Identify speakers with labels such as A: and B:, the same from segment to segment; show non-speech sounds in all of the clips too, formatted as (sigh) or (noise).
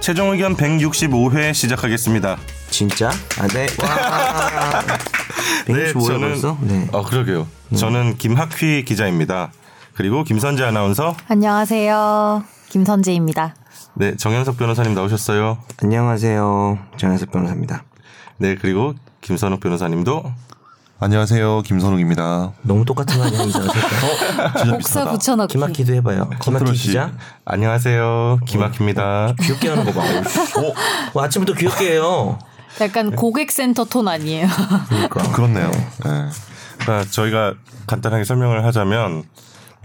A: 최종 의견 165회 시작하겠습니다.
B: 네, 진짜? 아, 네. (laughs) 와.
A: 네,
B: 165회 벌써? 네.
A: 어 그러게요. 저는 김학휘 기자입니다. 그리고 김선재 아나운서,
C: 안녕하세요. 김선재입니다.
A: 네 정현석 변호사님 나오셨어요.
B: 안녕하세요. 정현석 변호사입니다.
A: 네 그리고 김선욱 변호사님도
D: 안녕하세요 김선욱입니다.
B: 너무 똑같은 거 아니야, 정현석?
D: 진짜
C: 복사 붙여넣기.
B: 기막히도 해봐요. 기막히
D: 컨트롤 C.
B: 기자?
A: 안녕하세요 김학휘입니다.
B: 귀엽게 하는 거 봐. 오, 어, 아침부터 귀엽게 해요.
C: 약간 고객센터 톤 아니에요? (laughs)
B: 그러니까.
D: 그렇네요. 네.
A: 아, 저희가 간단하게 설명을 하자면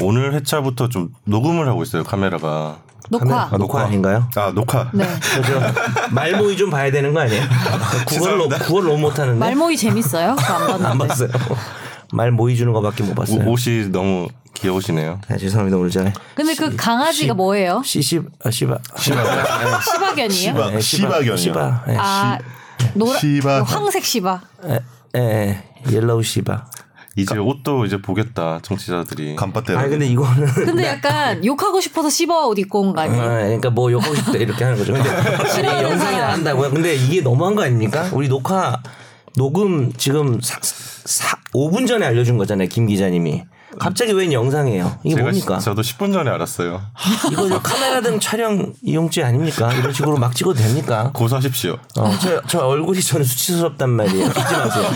A: 오늘 회차부터 좀 녹음을 하고 있어요 카메라가.
C: 녹화.
B: 아, 녹화 아닌가요?
A: 아 녹화.
C: 네.
B: 그죠? 말모이 좀 봐야 되는 거 아니에요? 구걸로, 구걸 너무 못하는데.
C: 말모이 재밌어요? 저안 봤는데.
B: 안 봤어요. 말 모이 주는 거밖에 못 봤어요.
A: 오- 옷이 너무 귀여우시네요.
B: 아, 죄송합니다. 오늘 전에.
C: 근데 그 강아지가 뭐예요?
B: 시시, 아, 시바.
C: 어? 시바견이에요?
D: 시바.
B: 예,
D: 시바견이요.
B: 시바. 예,
C: 아 노라
D: 시바.
C: 황색 시바.
B: 예, 예. 옐로우 시바.
A: 이제 옷도 이제 보겠다 청취자들이.
D: 간파대로.
B: 아, 근데 이거는.
C: (laughs) 근데 약간 욕하고 싶어서 시바 옷 입고 온 거 아니에요?
B: 아, 그러니까 뭐 욕하고 싶다 이렇게 하는 거죠. 근데 아니, 영상이 안 한다고요. 근데 이게 너무한 거 아닙니까? 우리 녹화 녹음 지금 사, 사, 5분 전에 알려준 거잖아요, 김 기자님이. 갑자기 웬 영상이에요? 이게
A: 제가 시-
B: 뭡니까?
A: 저도 10분 전에 알았어요.
B: 이거 저 카메라 등 촬영 이용죄 아닙니까? 이런 식으로 막 찍어도 됩니까?
A: 고소하십시오.
B: 어, 저, 저 얼굴이 저는 수치스럽단 말이에요. 웃지 마세요.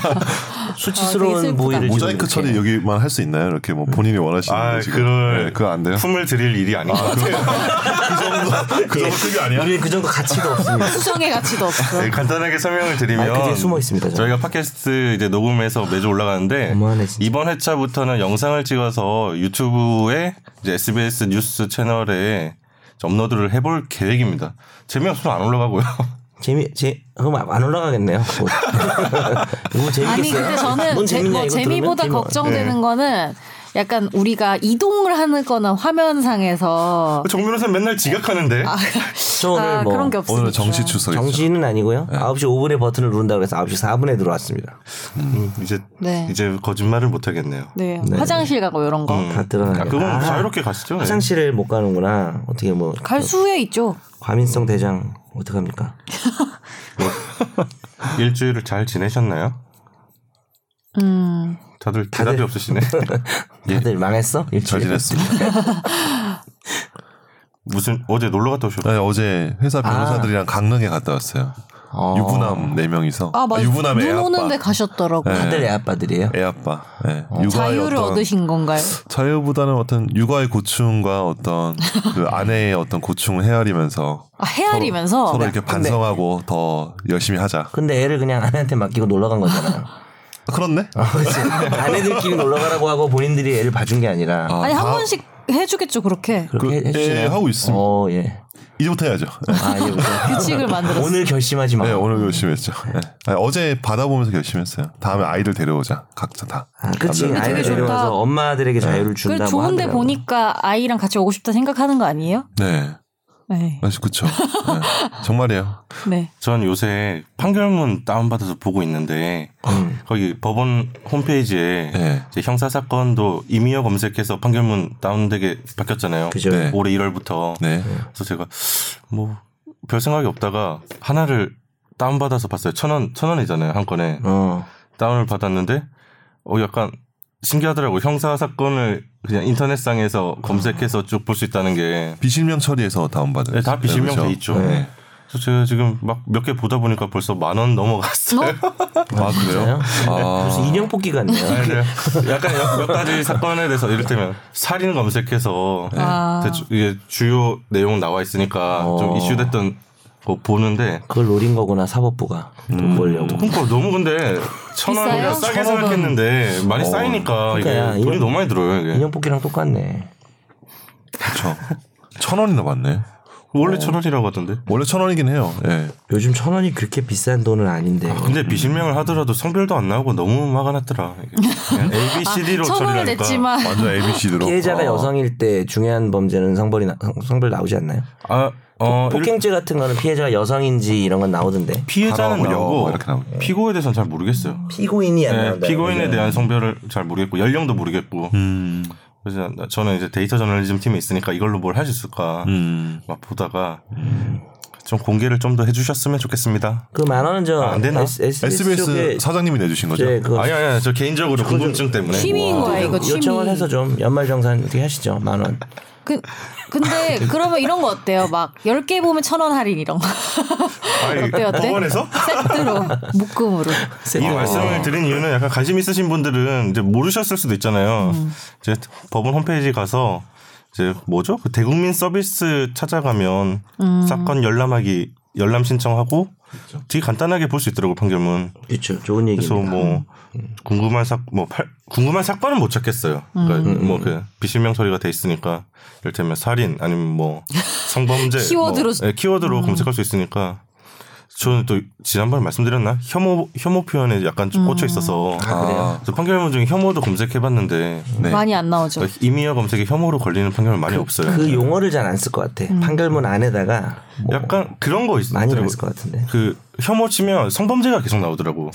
C: 아, 되게
B: 수치스러운
C: 슬프다.
B: 부위를 지금 이렇게.
D: 모자이크
B: 음.
D: 처리 여기만 할 수 있나요? 이렇게 뭐 본인이 원하시는
A: 아,
D: 거 지금.
A: 그럴
D: 네, 그거 안 돼요?
A: 품을 드릴 일이 아닌 것 같아요.
D: 그 정도 크기 아니야?
B: 우리는 그 정도 가치가 없습니다.
C: 수정의 가치도 없어.
A: 네, 간단하게 설명을 드리면
B: 아, 그 뒤에 숨어 있습니다, 저는.
A: 저희가 팟캐스트 이제 녹음해서 매주 올라가는데
B: 어머나, 진짜.
A: 이번 회차부터는 영상을 찍어서 유튜브에 이제 SBS 뉴스 채널에 좀 업로드를 해볼 계획입니다. 재미없으면 안 올라가고요. (laughs)
B: 재미 재 그럼 안 올라가겠네요. (laughs) 그거. 너무 재밌겠어요.
C: 아니 근데 저는
B: 뭔
C: 제,
B: 재밌냐,
C: 뭐
B: 이거
C: 재미보다
B: 들으면? 네.
C: 걱정되는 거는 약간 우리가 이동을 하는거나 화면상에서
A: 정 변호사 맨날 지각하는데
B: 저 오늘
C: 아,
B: 뭐
C: 그런 게 없으니까.
D: 오늘 정시 추석이죠.
B: 정시는 아니고요. 9시 5분에 버튼을 누른다 그래서 9시 4분에 들어왔습니다.
A: 이제
C: 네.
A: 이제 거짓말을 못 하겠네요.
C: 네, 화장실 가고 이런 거.
B: 다 드러나요.
A: 아, 그건
B: 아,
A: 자유롭게 가시죠. 네.
B: 화장실을 못 가는구나. 어떻게 뭐
C: 갈 수에 있죠.
B: 과민성 대장 어떡 합니까?
A: 예. 일주일을 잘 지내셨나요?
C: 음.
A: 다들 대답이
B: 다들-
A: 없으시네. (laughs)
B: 다들 망했어?
D: 잘
B: 일주일.
D: 지냈습니다.
A: 무슨 어제 놀러 갔다 오셨고
D: 네, 어제 회사 변호사들이랑 강릉에 갔다 왔어요.
B: 아. 어.
D: 유부남 4명이서.
C: 아, 맞아.
D: 유부남 애
C: 눈
D: 아빠.
C: 오는데 가셨더라고. 요
B: 다들 애 아빠들이에요.
D: 애 아빠. 네. 육아의
C: 자유를
D: 어떤-
C: 얻으신 건가요?
D: 자유보다는 어떤 육아의
C: (laughs)
D: 고충과 어떤 그 아내의 어떤 고충을 헤아리면서
C: 아, 헤아리면서
D: 서로 이렇게 반성하고 더 열심히 하자.
B: 근데 애를 그냥 아내한테 맡기고 놀러 간 거잖아요.
D: 그렇네.
B: 그렇지. 아내들끼리 놀러 가라고 하고 본인들이 애를 봐준 게 아니라
C: 아니 한
D: 다-
C: 번씩 해주겠죠 그렇게
B: 그렇게
D: 그-
B: 해주시나요?
D: 예, 하고 있습니다.
B: 어, 예.
D: 이제부터 해야죠. 네.
B: 아, 예.
C: 규칙을 만들었어.
B: 오늘 결심하지 마.
D: 네, 오늘 열심했죠. 히 어제 바다 보면서 결심했어요. 다음에 아이들 데려오자. 각자 다.
B: 아, 그치.
D: 남자들.
B: 아이를
C: 되게 좋다.
B: 데려와서 엄마들에게 자유를
C: 그
B: 준다고
C: 래 좋은데
B: 하더라고요.
C: 보니까 아이랑 같이 오고 싶다 생각하는 거 아니에요?
D: 네.
C: 네.
D: 아, 그쵸. 네.
A: (laughs)
D: 정말이에요.
C: 네.
A: 전 요새 판결문 다운받아서 보고 있는데
B: 음.
A: 거기 법원 홈페이지에
D: 네.
A: 이제 형사 사건도 임의어 검색해서 판결문 다운되게 바뀌었잖아요.
B: 그죠.
D: 네.
A: 올해 1월부터.
D: 네.
A: 그래서 제가 뭐 별 생각이 없다가 하나를 다운받아서 봤어요. 천 원, 천 원이잖아요. 한 건에.
B: 어.
A: 다운을 받았는데 어 약간 신기하더라고. 요 형사 사건을 그냥 인터넷상에서 검색해서 쭉 볼 수 있다는 게
D: 비실명 처리해서 다운받은.
A: 네, 다 비실명 돼 있죠.
D: 네.
A: 그래서 제가 지금 막 몇 개 보다 보니까 벌써 만 원 넘어갔어요.
C: 뭐?
A: (laughs)
D: 아, 그래요? 아.
B: 무슨 인형 뽑기 같네요.
A: 아니, 네. 약간 몇, 몇 가지 사건에 대해서 이를테면 살인 검색해서
C: 아.
A: 대충 이게 주요 내용 나와 있으니까 좀
B: 어.
A: 이슈됐던 거 보는데
B: 그걸 노린 거구나 사법부가 돈 벌려고.
A: 그러니까 너무 근데 천
C: 비싸요?
A: 원이라 싸게
C: 천 원은.
A: 생각했는데 많이 쌓이니까 이게
B: 그러니까
A: 어. 돈이
B: 인형-
A: 너무 많이 들어요 이게
B: 인형 뽑기랑 똑같네.
D: 그쵸. (laughs) 천 원이나 받네.
C: 어.
A: 원래 천 원이라고 하던데
D: 원래 천 원이긴 해요. 예.
B: 요즘 천 원이 그렇게 비싼 돈은 아닌데.
A: 근데 비실명을 하더라도 성별도 안 나오고 너무 화가 났더라 이게. A, B, C, D로
C: 아, 천 원을
A: 처리하니까
C: 냈지만
D: 완전 ABC대로.
B: 피해자가 여성일 때 중요한 범죄는 성별이 나, 성- 성별 나오지 않나요?
A: 아, 어, 이렇게
B: 폭행죄 같은 거는 피해자가 여성인지 이런 건 나오던데.
A: 피해자는
D: 가방하고 여고
A: 나오고
D: 이렇게 나오고.
A: 피고에 대해서는 잘 모르겠어요
C: 음.
B: 피고인이 안
A: 네,
B: 나온다.
A: 피고인에 대한 성별을 잘 모르겠고 연령도 모르겠고
D: 음.
A: 그래서 나- 음. 저는 이제 데이터 저널리즘 팀에 있으니까 이걸로 뭘 할 수 있을까
D: 음.
A: 막 보다가 좀 공개를 좀 더 해주셨으면 좋겠습니다.
B: 그 만 원은 저
A: 안 되나?
B: S, SBS,
D: SBS
B: 쪽에
D: 사장님이 내주신 거죠?
B: 제 그-
A: 아니 아니 아니, 저 개인적으로 궁금증 때문에
C: 취미인
A: 와.
C: 거야 이거 취미.
B: 요청을 해서 좀 연말정산 어떻게 하시죠 만 원.
C: 그, 근데 그러면 이런 거 어때요? 막 10개 보면 천 원 할인 이런 거. (laughs)
A: 아니,
C: 어때 어때?
A: 법원에서?
C: 세트로 묶음으로.
A: 이
B: 어.
A: 말씀을 드린 이유는 약간 관심 있으신 분들은 이제 모르셨을 수도 있잖아요. 이제 법원 홈페이지 가서 이제 뭐죠? 그 대국민 서비스 찾아가면 사건 열람하기 열람 신청하고 되게 간단하게 볼 수 있더라고 요 판결문.
B: 그렇죠 좋은
A: 그래서
B: 얘기입니다.
A: 뭐 궁금한 사뭐 궁금한 사건은 못 찾겠어요. 그러니까 뭐 그 비신명 소리가 돼 있으니까 예를테면 살인 아니면 뭐 성범죄
C: 키워드로-
A: 뭐, 예, 키워드로 검색할 수 있으니까 저는 또 지난번에 말씀드렸나 혐오 혐오 표현에 약간 좀 꽂혀 있어서
D: 아,
A: 그래서 판결문 중에 혐오도 검색해봤는데
D: 네.
C: 많이 안 나오죠.
A: 그러니까 임의어 검색에 혐오로 걸리는 판결문 많이 없어요.
B: 그 용어를 잘 안 쓸 것
C: 음.
B: 같아. 판결문 안에다가 뭐
A: 약간 그런 거 있어요.
B: 많이 안 쓸 것 같은데.
A: 그 혐오 치면 성범죄가 계속 나오더라고.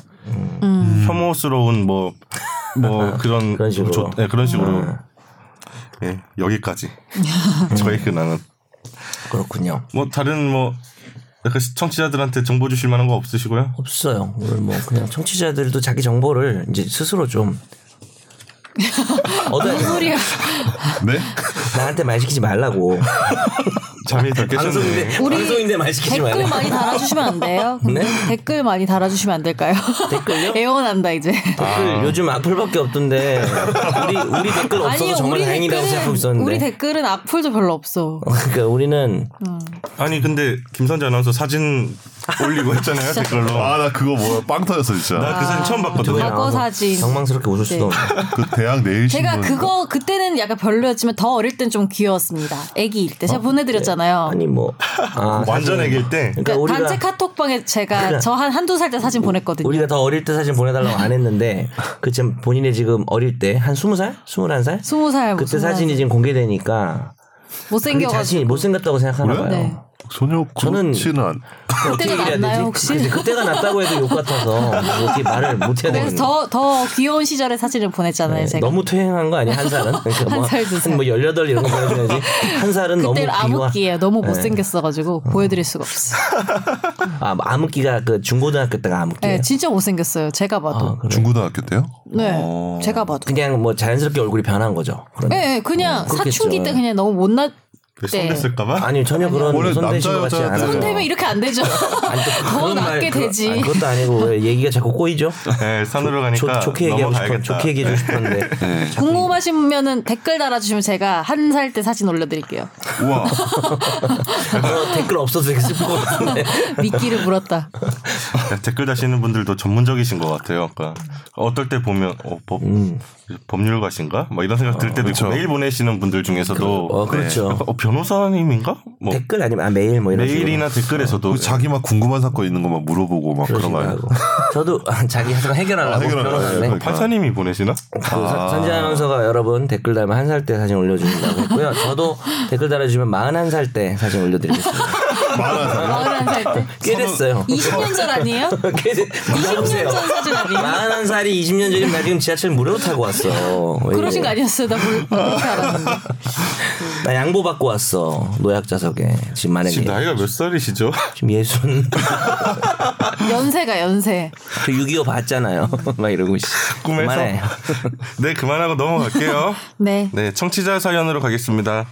A: 혐오스러운 뭐 뭐
B: (laughs)
A: 그런
B: 그런 식으로. 음.
A: 조- 네, 그런 식으로. 예, 여기까지. 저희 근황은
B: 그렇군요.
A: 뭐 다른 뭐 약간 시청자들한테 정보 주실 만한 거 없으시고요?
B: 없어요. 오늘 뭐 그냥 청취자들도 자기 정보를 이제 스스로 좀 얻어야
C: (laughs)
B: 돼.
C: 소리야.
A: (laughs)
D: 네?
B: 나한테 말 시키지 말라고.
A: 잠이 덜 깨셨네.
B: (laughs) 방송인데
C: 우리
B: 방송인데 말 시키지 말라.
C: 댓글 많이 달아주시면 안 돼요? 근데 댓글 많이 달아주시면 안 될까요?
B: 댓글요?
C: (laughs) 애원한다 이제.
B: 댓글 요즘 악플밖에 없던데 우리 우리 댓글 없어서 정말 다행이라고 생각하고 있었는데.
C: 우리 댓글은 음, 악플도 별로 없어.
B: 그러니까 우리는
A: 아니 근데 김선재 아나운서 사진 올리고
B: (laughs)
A: 했잖아요 댓글로.
D: 아, 나 그거 뭐야. 빵 터졌어, 진짜.
A: 나 그 사진 처음 봤거든요.
C: 과거 사진.
B: 뭐 정망스럽게 웃을 수도 없네.
D: 그 대학 내일 신문.
C: 제가 그거 그때는 약간 별로였지만 더 어릴 땐 좀 귀여웠습니다. 아기일 때 제가 보내드렸잖아요.
B: 어, 아니 뭐 아,
A: 완전
B: 사진은-
A: 애길 때
B: 그러니까
C: 어. 그러니까
B: 우리가
C: 단체 카톡방에 제가
B: 그래.
C: 저 한 한두 살 때 사진 보냈거든요.
B: 우리가 더 어릴 때 사진 보내달라고 안 했는데 그 지금 본인의 지금 어릴 때 한 스무 살, 스물한 살
C: 스무 살
B: 그때
C: 무슨
B: 사진이 지금 공개되니까 그게
C: 못생겨가지고
B: 자신이 못생겼다고 생각하나
D: 그래요?
B: 봐요.
C: 네.
D: 전혀
B: 저는- 네.
D: 그렇지는 않.
B: 그걸 어떻게
C: 그때가
B: 얘기해야
C: 낫나요,
B: 되지?
C: 혹시?
B: 그치, 그때가 낫다고 해도 욕 같아서 뭐 어떻게 말을 못 해야 되는
C: 그래서 더 더 귀여운 시절의 사진을 보내잖아요.
B: 네,
C: 제가
B: 너무 퇴행한 거 아니야 한 살은 그러니까
C: 한살두 살.
B: 뭐 열여덟 이런 거 보여줘야지 한 살은 너무 네.
C: 그때
B: 비와
C: 암흑기예요. 너무 못생겼어가지고 보여드릴 수가 없어.
B: 아 암흑기가 그 중고등학교 때가 암흑기예요.
C: 네, 진짜 못생겼어요. 제가 봐도.
B: 아, 그래.
D: 중고등학교 때요?
C: 네, 제가 봐도.
B: 그냥 뭐 자연스럽게 얼굴이 변한 거죠. 그런
C: 네, 네, 그냥
B: 그렇겠죠.
C: 사춘기 때 그냥 너무 못났 때.
A: 그 손댔을까봐.
B: 아니 전혀
D: 원래
B: 그런 손대신 것
D: 남자,
B: 같지
D: 여자
B: 않아요.
D: 손
C: 손대면 이렇게 안 되죠.
B: 아니, 또
C: (laughs) 더
B: 그런 말,
C: 낫게
B: 그거-
C: 되지.
B: 아니, 그렇죠. 그것도 아니고 왜 얘기가 자꾸 꼬이죠?
A: 네, 산으로
B: 좋,
A: 가니까
B: 좋게 얘기하고 싶어,
A: 넘어가야겠다.
B: 좋게 얘기해 주고 싶었는데 네.
C: 궁금하시면은 댓글 달아주시면 제가 한 살 때 사진 올려드릴게요.
D: 우와.
B: 어, 댓글 없어서 되게 슬플 것 같은데.
C: 미끼를
B: (laughs)
C: 물었다.
A: 네, 댓글 다시는 분들도 전문적이신 것 같아요. 아까 어떨 때 보면 어, 법,
B: 음.
A: 법률가신가? 뭐 이런 생각 들 때도 있고 메일 보내시는 분들 중에서도
B: 어, 아, 그렇죠.
A: 약간, 어, 변호사님인가? 뭐
B: 댓글 아니면 아, 메일 뭐 이런
A: 메일이나 댓글에서도
D: 그 자기 막 궁금한 사건 있는 거막 물어보고 막
B: 식으로.
D: 그런 거 아니에요?
B: 하고. (laughs) 저도 아, 자기 사건 해결하려고
D: 아, 해결하려고.
B: 변호사인데
D: 네.
A: 판사님이 보내시나?
B: 그 선- 선재 아나운서가 여러분 댓글 달면 한 살 때 사진 올려주신다고 했고요. 저도 댓글 달아주면 41살 때 사진 올려드리겠습니다.
C: 마흔한 살
B: (laughs)
C: 때.
B: 꽤 됐어요.
C: 20년 전 아니에요?
B: 꽤 됐-
C: 20년 전 사진 아니에요?
B: 41살이 20년 전이면 나 지금 지하철 무료로 타고 왔어. 왜 이래.
C: 그러신 거 아니었어요? 나 몰- 그렇게 알았는데.
B: (laughs) 나 양보 받고 왔어. 노약자석에. 지금 만약에.
A: 지금 나이가 몇 살이시죠? (laughs)
B: 지금 (laughs) 예순.
C: 연세가 연세.
B: 저 6.25 봤잖아요. (laughs) 막 이러고. 씨.
A: 꿈에서?
B: 그만해.
A: (laughs) 네, 그만하고 넘어갈게요.
C: 네.
A: 네, 청취자 사연으로 가겠습니다.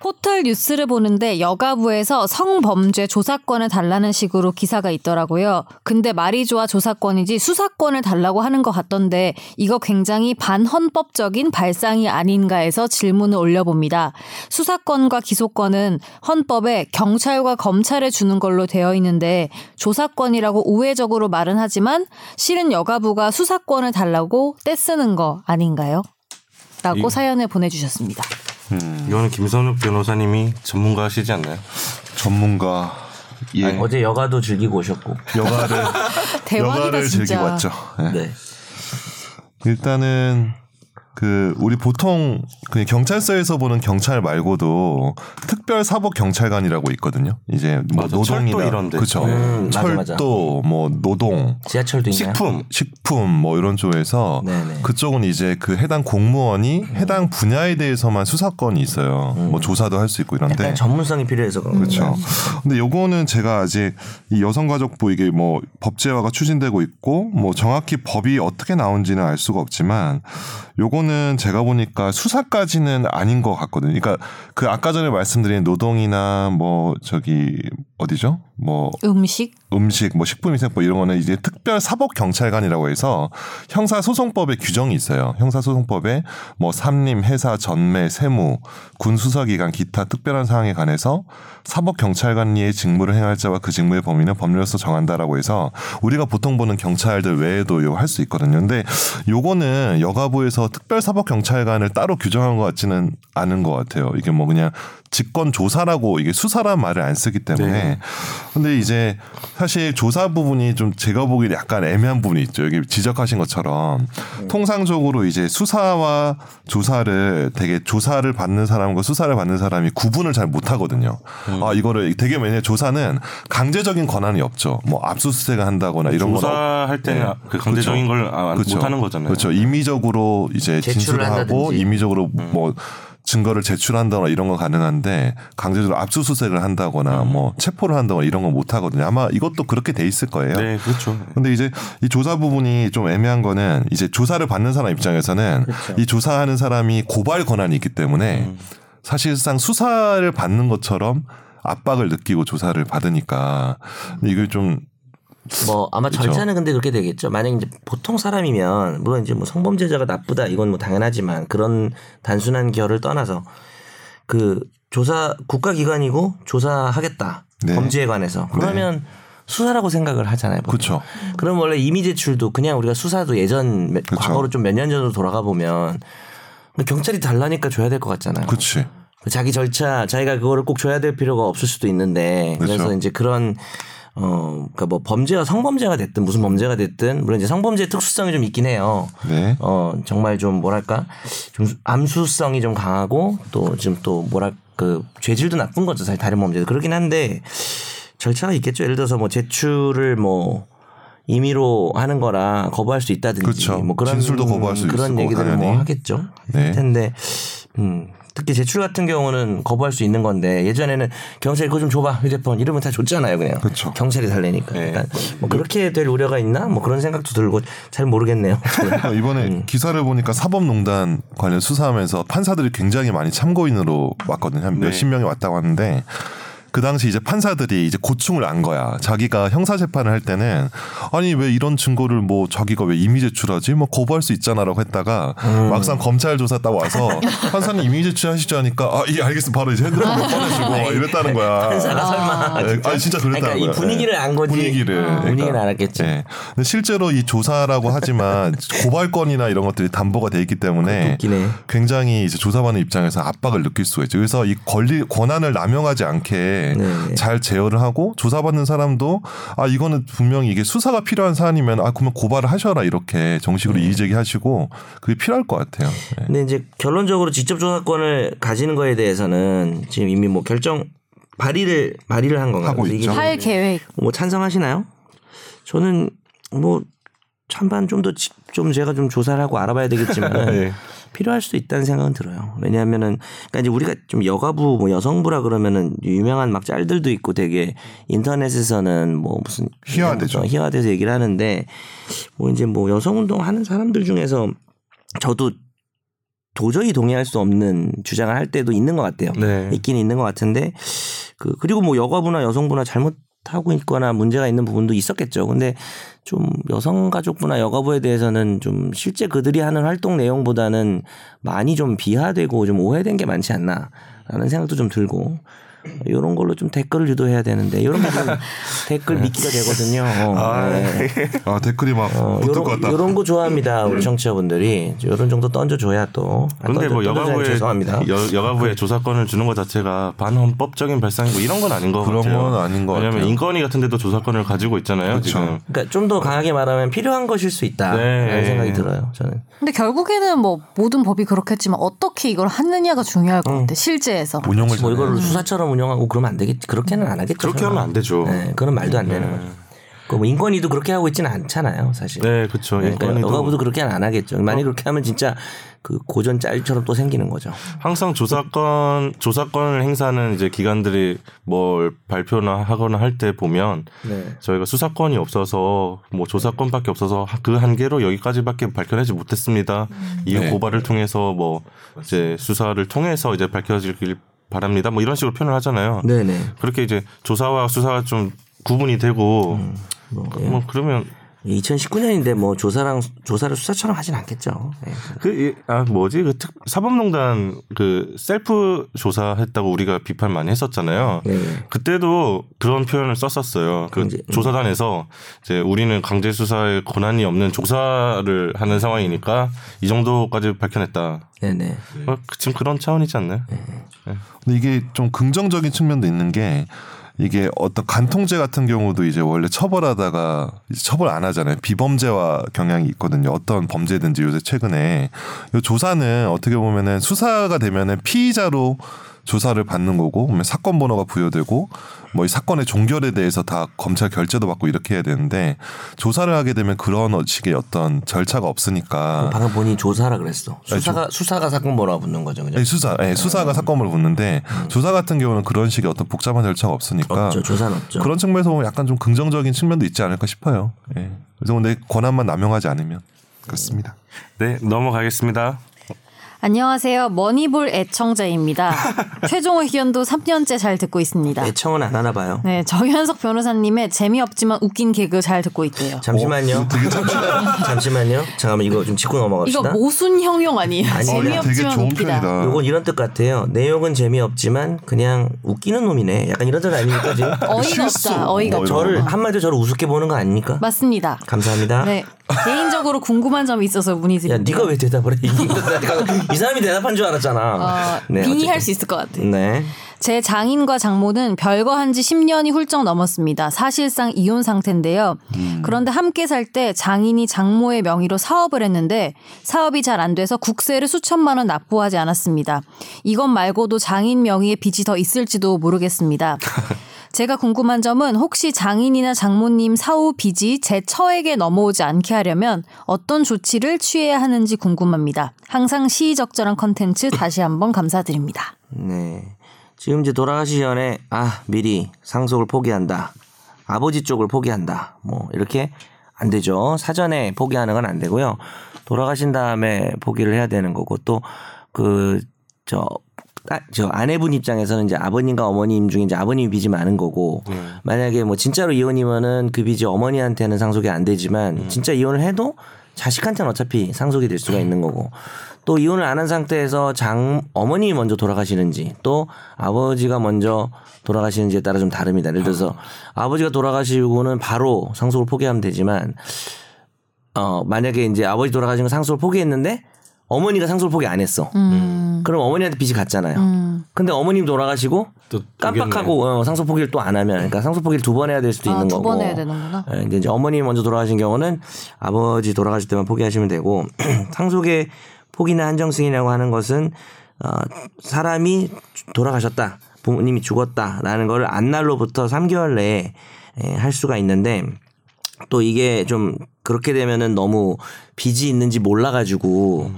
C: 포털 뉴스를 보는데 여가부에서 성범죄 조사권을 달라는 식으로 기사가 있더라고요. 근데 말이 좋아 조사권이지 수사권을 달라고 하는 것 같던데 이거 굉장히 반헌법적인 발상이 아닌가 해서 질문을 올려봅니다. 수사권과 기소권은 헌법에 경찰과 검찰에 주는 걸로 되어 있는데 조사권이라고 우회적으로 말은 하지만 실은 여가부가 수사권을 달라고 떼쓰는 거 아닌가요? 라고 사연을 보내주셨습니다.
A: 이거는 김선욱 변호사님이 전문가시지 않나요?
D: 전문가. 예.
A: 네.
B: 아니, 어제 여가도 즐기고 오셨고.
D: 여가를
C: 대박이다
D: 여가를
A: 네.
C: 진짜.
D: 즐기고 왔죠. 예.
B: 네.
D: 일단은 그 우리 보통 그냥 경찰서에서 보는 경찰 말고도 특별 사법 경찰관이라고 있거든요. 이제 뭐
A: 맞아,
D: 노동이나
A: 철도 이런 데.
D: 그쵸.
B: 음, 맞아, 맞아.
D: 철도 뭐 노동
B: 지하철도 있나요?
A: 식품
D: 식품 뭐 이런 쪽에서
B: 네네.
D: 그쪽은 이제 그 해당 공무원이 해당 분야에 대해서만 수사권이 있어요. 뭐 조사도 할 수 있고
A: 네.
D: 이런데
B: 약간 네, 전문성이 필요해서 그런
D: 그렇죠.
B: 거죠.
D: 근데 요거는 제가 아직 이 여성가족부 이게 뭐 법제화가 추진되고 있고 뭐 정확히 법이 어떻게 나온지는 알 수가 없지만 요거는 제가 보니까 수사까지는 아닌 것 같거든요. 그러니까 그 아까 전에 말씀드린 노동이나 뭐 저기 어디죠? 뭐
C: 음식?
D: 음식, 뭐 식품위생법 이런 거는 이제 특별 사법 경찰관이라고 해서 형사소송법에 규정이 있어요. 형사소송법에 뭐 삼림, 회사, 전매, 세무, 군 수사기관 기타 특별한 사항에 관해서 사법 경찰관리의 직무를 행할 자와 그 직무의 범위는 법률에서 정한다라고 해서 우리가 보통 보는 경찰들 외에도 요 할 수 있거든요. 근데 요거는 여가부에서 특별 사법 경찰관을 따로 규정한 것 같지는 않은 것 같아요. 이게 뭐 그냥 직권 조사라고 이게 수사란 말을 안 쓰기 때문에
A: 네.
D: 근데 이제 사실 조사 부분이 좀 제가 보기엔 약간 애매한 부분이 있죠. 여기 지적하신 것처럼
A: 네.
D: 통상적으로 이제 수사와 조사를 되게 조사를 받는 사람과 수사를 받는 사람이 구분을 잘 못하거든요.
A: 음.
D: 아 이거를 되게 왜냐 조사는 강제적인 권한이 없죠. 뭐 압수수색을 한다거나 이런 건 없-
A: 조사할 때는
D: 네.
A: 그 강제적인 걸 아, 안-
D: 그쵸.
A: 못하는 거잖아요.
D: 그렇죠. 임의적으로 이제
B: 제출을
D: 진술을 하고
B: 한다든지.
D: 임의적으로
A: 음.
D: 뭐 증거를 제출한다거나 이런 건 가능한데 강제적으로 압수수색을 한다거나
A: 음.
D: 뭐 체포를 한다거나 이런 건 못 하거든요. 아마 이것도 그렇게 돼 있을 거예요.
A: 네, 그렇죠.
D: 근데 이제 이 조사 부분이 좀 애매한 거는 이제 조사를 받는 사람 입장에서는 이 조사하는 사람이 고발 권한이 있기 때문에
A: 음.
D: 사실상 수사를 받는 것처럼 압박을 느끼고 조사를 받으니까 근데 이게 좀
B: 뭐 아마
D: 그렇죠.
B: 절차는 근데 그렇게 되겠죠. 만약 이제 보통 사람이면 물론 이제 뭐 성범죄자가 나쁘다 이건 뭐 당연하지만 그런 단순한 결을 떠나서 그 조사 국가기관이고 조사하겠다
D: 네.
B: 범죄에 관해서 그러면 수사라고 생각을 하잖아요. 보통.
D: 그렇죠.
B: 그럼 원래 이미 제출도 그냥 우리가 수사도 예전 몇-
D: 그쵸.
B: 과거로 좀 몇 년 전으로 돌아가 보면 경찰이 달라니까 줘야 될 것 같잖아요.
D: 그렇지.
B: 자기 절차 자기가 그거를 꼭 줘야 될 필요가 없을 수도 있는데 그래서
D: 그렇죠.
B: 이제 그런 어 그러니까 뭐 범죄가 성범죄가 됐든 무슨 범죄가 됐든 물론 이제 성범죄의 특수성이 좀 있긴 해요.
D: 네.
B: 어 정말 좀 뭐랄까 좀 암수성이 좀 강하고 또 지금 또 뭐랄 그 죄질도 나쁜 거죠 사실 다른 범죄도 그러긴 한데 절차가 있겠죠 예를 들어서 뭐 제출을 뭐 임의로 하는 거라 거부할 수 있다든지
D: 그렇죠.
B: 뭐 그런
D: 진술도 거부할 수
B: 그런
D: 있을 거고,
B: 얘기들을 뭐
D: 당연히.
B: 하겠죠
D: 네.
B: 텐데 음 특히 제출 같은 경우는 거부할 수 있는 건데 예전에는 경찰이 그거 좀 줘봐 휴대폰 이러면 다 줬잖아요 그냥
D: 그렇죠.
B: 경찰이 달래니까 그러니까 뭐 그렇게 될 우려가 있나 뭐 그런 생각도 들고 잘
D: (laughs)
B: 모르겠네요 음.
D: 어, 이번에 기사를 보니까 사법농단 관련 수사하면서 판사들이 굉장히 많이 참고인으로 왔거든요.
B: 네.
D: 한 몇십 명이 왔다고 하는데 그 당시 이제 판사들이 이제 고충을 안 거야. 자기가 형사 재판을 할 때는 아니 왜 이런 증거를 뭐 자기가 왜 임의 제출하지? 뭐 거부할 수 있잖아라고 했다가
B: 음.
D: 막상 검찰 조사 딱
B: (laughs)
D: 와서 판사님 임의 제출하시죠 하니까 아 예 알겠습니다. 바로 이제 핸드폰 꺼내주고 막 이랬다는 거야.
B: 아. (laughs) 판사가 설마
D: 네, 아니, 진짜 그랬다는
B: 그러니까 이
D: 거예요.
B: 분위기를
D: 네.
B: 안 거지 아.
D: 분위기를. 그러니까.
B: 분위기를 알았겠지
D: 예. 근데 실제로 이 조사라고
B: (laughs)
D: 하지만 고발권이나 이런 것들이 담보가 돼 있기 때문에
B: 웃기네.
D: 굉장히 이제 조사받는 입장에서 압박을 느낄 수가 있죠. 그래서 이 권리 권한을 남용하지 않게
B: 네.
D: 잘 제어를 하고 조사받는 사람도 아 이거는 분명히 이게 수사가 필요한 사안이면 아 그러면 고발을 하셔라 이렇게 정식으로
B: 네.
D: 이의 제기하시고 그게 필요할 것 같아요. 예.
B: 근데 이제 결론적으로 직접 조사권을 가지는 거에 대해서는 지금 이미 뭐 결정 발의를 발의를 한 건가요?
D: 하고
B: 그래서 이게
D: 있죠.
C: 할 계획.
B: 뭐 찬성하시나요? 저는 뭐 찬반 좀 더 좀 제가 좀 조사를 하고 알아봐야
D: (laughs)
B: 되겠지만
D: 네.
B: 필요할 수도 있다는 생각은 들어요. 왜냐하면은 그러니까 이제 우리가 좀 여가부 뭐 여성부라 그러면은 유명한 막 짤들도 있고 되게 인터넷에서는 뭐 무슨
D: 희화화되죠.
B: 어, 희화화돼서 얘기를 하는데 뭐 이제 뭐 여성 운동 하는 사람들 중에서 저도 도저히 동의할 수 없는 주장을 할 때도 있는 것 같아요.
A: 네.
B: 있긴 있는 것 같은데 그 그리고 뭐 여가부나 여성부나 잘못하고 있거나 문제가 있는 부분도 있었겠죠. 근데 좀 여성가족부나 여가부에 대해서는 좀 실제 그들이 하는 활동 내용보다는 많이 좀 비하되고 좀 오해된 게 많지 않나라는 생각도 좀 들고 이런 걸로 좀 댓글을 유도해야 되는데 이런 게 좀 댓글 미끼가 되거든요. 어, 네.
D: 아 댓글이 막
B: 어,
D: 붙을
B: 요런,
D: 것 같다.
B: 요런 거
A: (laughs)
B: 좋아합니다 우리 정치자분들이 이런 정도 던져줘야 또. 아,
A: 근데
B: 던져-
A: 뭐
B: 던져줘야
A: 여가부에
B: 죄송합니다. 네.
A: 여, 여가부에 조사권을 주는 것 자체가 반헌법적인 발상이고 이런 건 아닌 것
D: 그런
A: 같아요.
D: 건 아닌 것
A: 왜냐하면
D: 같아요.
A: 인건위 같은데도 조사권을 가지고 있잖아요. 지금
B: 그러니까 좀 더 강하게 말하면 필요한 것일 수 있다.
A: 네.
B: 라는 생각이 들어요. 저는.
C: 근데 결국에는 뭐 모든 법이 그렇겠지만 어떻게 이걸 하느냐가 중요할 것 같아. 실제에서.
D: 운영을
B: 뭐
D: 잘해야
B: 이걸
D: 돼.
B: 수사처럼 운영하고 그러면 안 되겠지. 그렇게는 안 하겠죠.
A: 네. 그렇게
B: 설마.
A: 하면 안 되죠.
B: 네, 그건 말도 안 되는 거죠. 그뭐 인권위도 그렇게 하고 있지는 않잖아요, 사실.
A: 네, 그렇죠.
B: 네, 그러니까
A: 인건위도
B: 여가부도 그렇게는 안 하겠죠. 만약 에 그렇게 하면 진짜 그 고전 짤처럼 또 생기는 거죠.
A: 항상 조사권 조사권을 행사하는 이제 기관들이 뭘 발표나 하거나 할 때 보면
B: 네.
A: 저희가 수사권이 없어서 뭐 조사권밖에 없어서 그 한계로 여기까지밖에 밝혀내지 못했습니다. 이
D: 네.
A: 고발을 통해서 뭐 이제 수사를 통해서 이제 밝혀지길 바랍니다. 뭐 이런 식으로 표현을 하잖아요.
B: 네네.
A: 그렇게 이제 조사와 수사가 좀 구분이 되고
B: 뭐,
A: 그- 뭐 그러면
B: 2019년인데 뭐 조사랑 조사를 수사처럼 하진 않겠죠. 네.
A: 그아 뭐지 그 특, 사법농단 그 셀프 조사했다고 우리가 비판 많이 했었잖아요.
B: 네, 네.
A: 그때도 그런 표현을 썼었어요. 그
B: 강제, 음.
A: 조사단에서 이제 우리는 강제 수사에 권한이 없는 조사를 하는 상황이니까 이 정도까지 밝혀냈다.
B: 네네.
A: 어, 그- 지금 그런 차원이지 않나요?
D: 근데 이게 좀 긍정적인 측면도 있는 게 이게 어떤 간통죄 같은 경우도 이제 원래 처벌하다가 이제 처벌 안 하잖아요. 비범죄와 경향이 있거든요. 어떤 범죄든지 요새 최근에 요 조사는 어떻게 보면은 수사가 되면은 피의자로 조사를 받는 거고 그러면 사건 번호가 부여되고 뭐 이 사건의 종결에 대해서 다 검찰 결재도 받고 이렇게 해야 되는데 조사를 하게 되면 그런 식의 어떤 절차가 없으니까
B: 방금 보니 조사라 그랬어. 수사가 수사가 사건 뭐라 붙는 거죠, 그죠?
D: 예, 수사, 예, 수사가
B: 음.
D: 사건을 묻는데 조사 같은 경우는 그런 식의 어떤 복잡한 절차가 없으니까
B: 없죠. 조사는 없죠.
D: 그런 측면에서 보면 약간 좀 긍정적인 측면도 있지 않을까 싶어요. 예. 그래서 근데 권한만 남용하지 않으면 그렇습니다.
A: 네 넘어가겠습니다.
C: 안녕하세요. 머니볼 애청자입니다. 최종 의견도 3년째 잘 듣고 있습니다.
B: 애청은 안 하나 봐요.
C: 네, 정현석 변호사님의 재미없지만 웃긴 개그 잘 듣고 있대요.
B: 잠시만요. (laughs) 잠시만요. 잠깐만 이거 좀 짚고 넘어갑시다.
C: 이거 뭐- 모순 형용 아니에요?
B: 아니,
D: 되게
C: 재미없지만
D: 좋은
C: 웃기다.
D: 편이다.
B: 요건 이런 뜻 같아요. 내용은 재미없지만 그냥 웃기는 놈이네. 약간 이런 뜻 아닙니까 지금?
C: 어이가 없다. 어이가 없다.
D: 뭐
C: 아,
B: 저를 아? 한마디로 저를 우습게 보는 거 아닙니까?
C: 맞습니다.
B: 감사합니다.
C: 네. 개인적으로 궁금한 점이 있어서
B: 야,
C: 문의드립니다.
B: 네가 왜 대답을 해? (laughs) 이 사람이 대답한 줄 알았잖아.
C: 어, 빙의할 수 있을 것 같아.
B: 네. 어쨌든. 네.
C: 제 장인과 장모는 별거 한 지 10년이 훌쩍 넘었습니다. 사실상 이혼 상태인데요. 그런데 함께 살 때 장인이 장모의 명의로 사업을 했는데 사업이 잘 안 돼서 국세를 수천만 원 납부하지 않았습니다. 이것 말고도 장인 명의의 빚이 더 있을지도 모르겠습니다. 제가 궁금한 점은 혹시 장인이나 장모님 사후 빚이 제 처에게 넘어오지 않게 하려면 어떤 조치를 취해야 하는지 궁금합니다. 항상 시의적절한 컨텐츠 다시 한번 감사드립니다.
B: 네. 지금 이제 돌아가시기 전에 아 미리 상속을 포기한다. 아버지 쪽을 포기한다. 뭐 이렇게 안 되죠. 사전에 포기하는 건 안 되고요. 돌아가신 다음에 포기를 해야 되는 거고 또그저 저 아내분 입장에서는 이제 아버님과 어머님 중에 이제 아버님이 빚이 많은 거고 만약에 뭐 진짜로 이혼이면은 그 빚이 어머니한테는 상속이 안 되지만 진짜 이혼을 해도 자식한테는 어차피 상속이 될 수가 있는 거고 또 이혼을 안 한 상태에서 장 어머님이 먼저 돌아가시는지 또 아버지가 먼저 돌아가시는지에 따라 좀 다릅니다. 예를 들어서 아버지가 돌아가시고는 바로 상속을 포기하면 되지만 어 만약에 이제 아버지 돌아가신 거 상속을 포기했는데 어머니가 상속을 포기 안 했어.
C: 음.
B: 그럼 어머니한테 빚이 갔잖아요. 근데 어머님 돌아가시고
A: 또
B: 깜빡하고 어, 상속 포기를 또 안 하면 그러니까 상속 포기를 두 번 해야 될 수도
C: 아,
B: 있는
C: 두
B: 거고.
C: 번 해야 되는구나.
B: 예, 근데 이제 어머니 먼저 돌아가신 경우는 아버지 돌아가실 때만 포기하시면 되고 (clears throat) 상속의 포기나 한정승이라고 하는 것은 어, 사람이 돌아가셨다 부모님이 죽었다라는 걸 안날로부터 3개월 내에 예, 할 수가 있는데 또 이게 좀 그렇게 되면은 너무 빚이 있는지 몰라가지고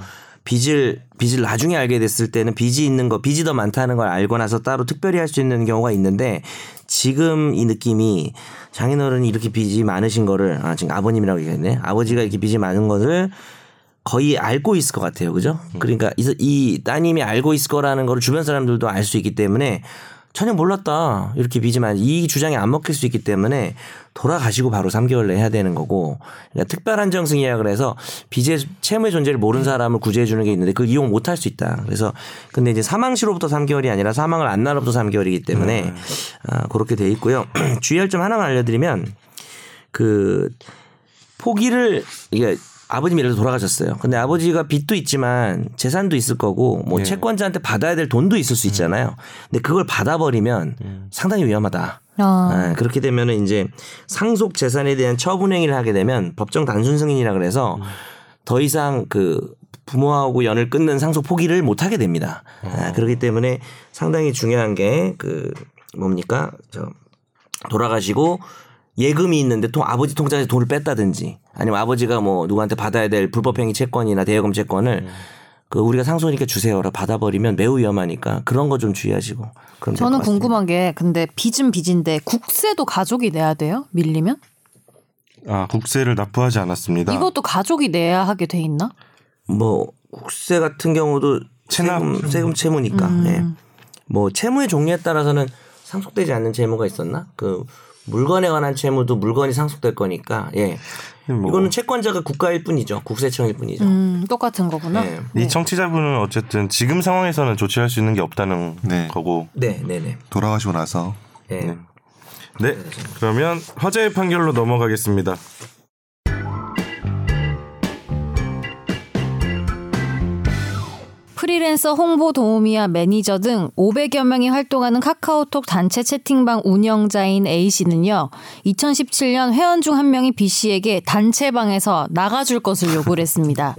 B: 빚을 빚을 나중에 알게 됐을 때는 빚이 있는 거 빚이 더 많다는 걸 알고 나서 따로 특별히 할 수 있는 경우가 있는데 지금 이 느낌이 장인어른이 이렇게 빚이 많으신 거를 아 지금 아버님이라고 얘기했네 아버지가 이렇게 빚이 많은 거를 거의 알고 있을 것 같아요 그죠 그러니까 이, 이 따님이 알고 있을 거라는 걸 주변 사람들도 알 수 있기 때문에 전혀 몰랐다 이렇게 비지만 이 주장이 안 먹힐 수 있기 때문에 돌아가시고 바로 3개월 내에 해야 되는 거고 그러니까 특별한 정승 예약을 해서 빚의 채무의 존재를 모르는 사람을 구제해 주는 게 있는데 그걸 이용 못 할 수 있다. 그래서 근데 이제 사망시로부터 3개월이 아니라 사망을 안 날로부터 3개월이기 때문에 아, 그렇게 돼 있고요. (clears throat) 주의할 점 하나만 알려드리면 그 포기를 이게 아버님이 예를 들어 돌아가셨어요. 근데 아버지가 빚도 있지만 재산도 있을 거고 뭐 채권자한테 받아야 될 돈도 있을 수 있잖아요. 근데 그걸 받아버리면 상당히 위험하다.
C: 아,
B: 아, 그렇게 되면은 이제 상속 재산에 대한 처분 행위를 하게 되면 법정 단순 승인이라 그래서
C: 음.
B: 더 이상 그 부모하고 연을 끊는 상속 포기를 못 하게 됩니다.
C: 어.
B: 아, 그렇기 때문에 상당히 중요한 게 그 뭡니까 저 돌아가시고 예금이 있는데 통 아버지 통장에서 돈을 뺐다든지 아니면 아버지가 뭐 누구한테 받아야 될 불법행위 채권이나 대여금 채권을
C: 음.
B: 그 우리가 상속이니까 주세요라 받아버리면 매우 위험하니까 그런 거 좀 주의하시고 그럼 될것
C: 저는
B: 같습니다.
C: 궁금한 게 근데 빚은 빚인데 국세도 가족이 내야 돼요? 밀리면?
A: 아 국세를 납부하지 않았습니다.
C: 이것도 가족이 내야 하게 돼 있나?
B: 뭐 국세 같은 경우도
A: 체납.
B: 세금, 세금 채무니까. 예. 뭐 채무의 종류에 따라서는 상속되지 않는 채무가 있었나? 그 물건에 관한 채무도 물건이 상속될 거니까. 예.
A: 뭐.
B: 이거는 채권자가 국가일 뿐이죠. 국세청일 뿐이죠.
C: 음, 똑같은 거구나.
B: 예.
A: 이 청취자분은 어쨌든 지금 상황에서는 조치할 수 있는 게 없다는
D: 네.
A: 거고.
B: 네, 네, 네.
D: 돌아가시고 나서
B: 예.
A: 네. 그러면 화제의 판결로 넘어가겠습니다.
C: 프리랜서 홍보 도우미와 매니저 등 500여 명이 활동하는 카카오톡 단체 채팅방 운영자인 A 씨는요, 2017년 회원 중 한 명이 B 씨에게 단체방에서 나가줄 것을 요구를 했습니다.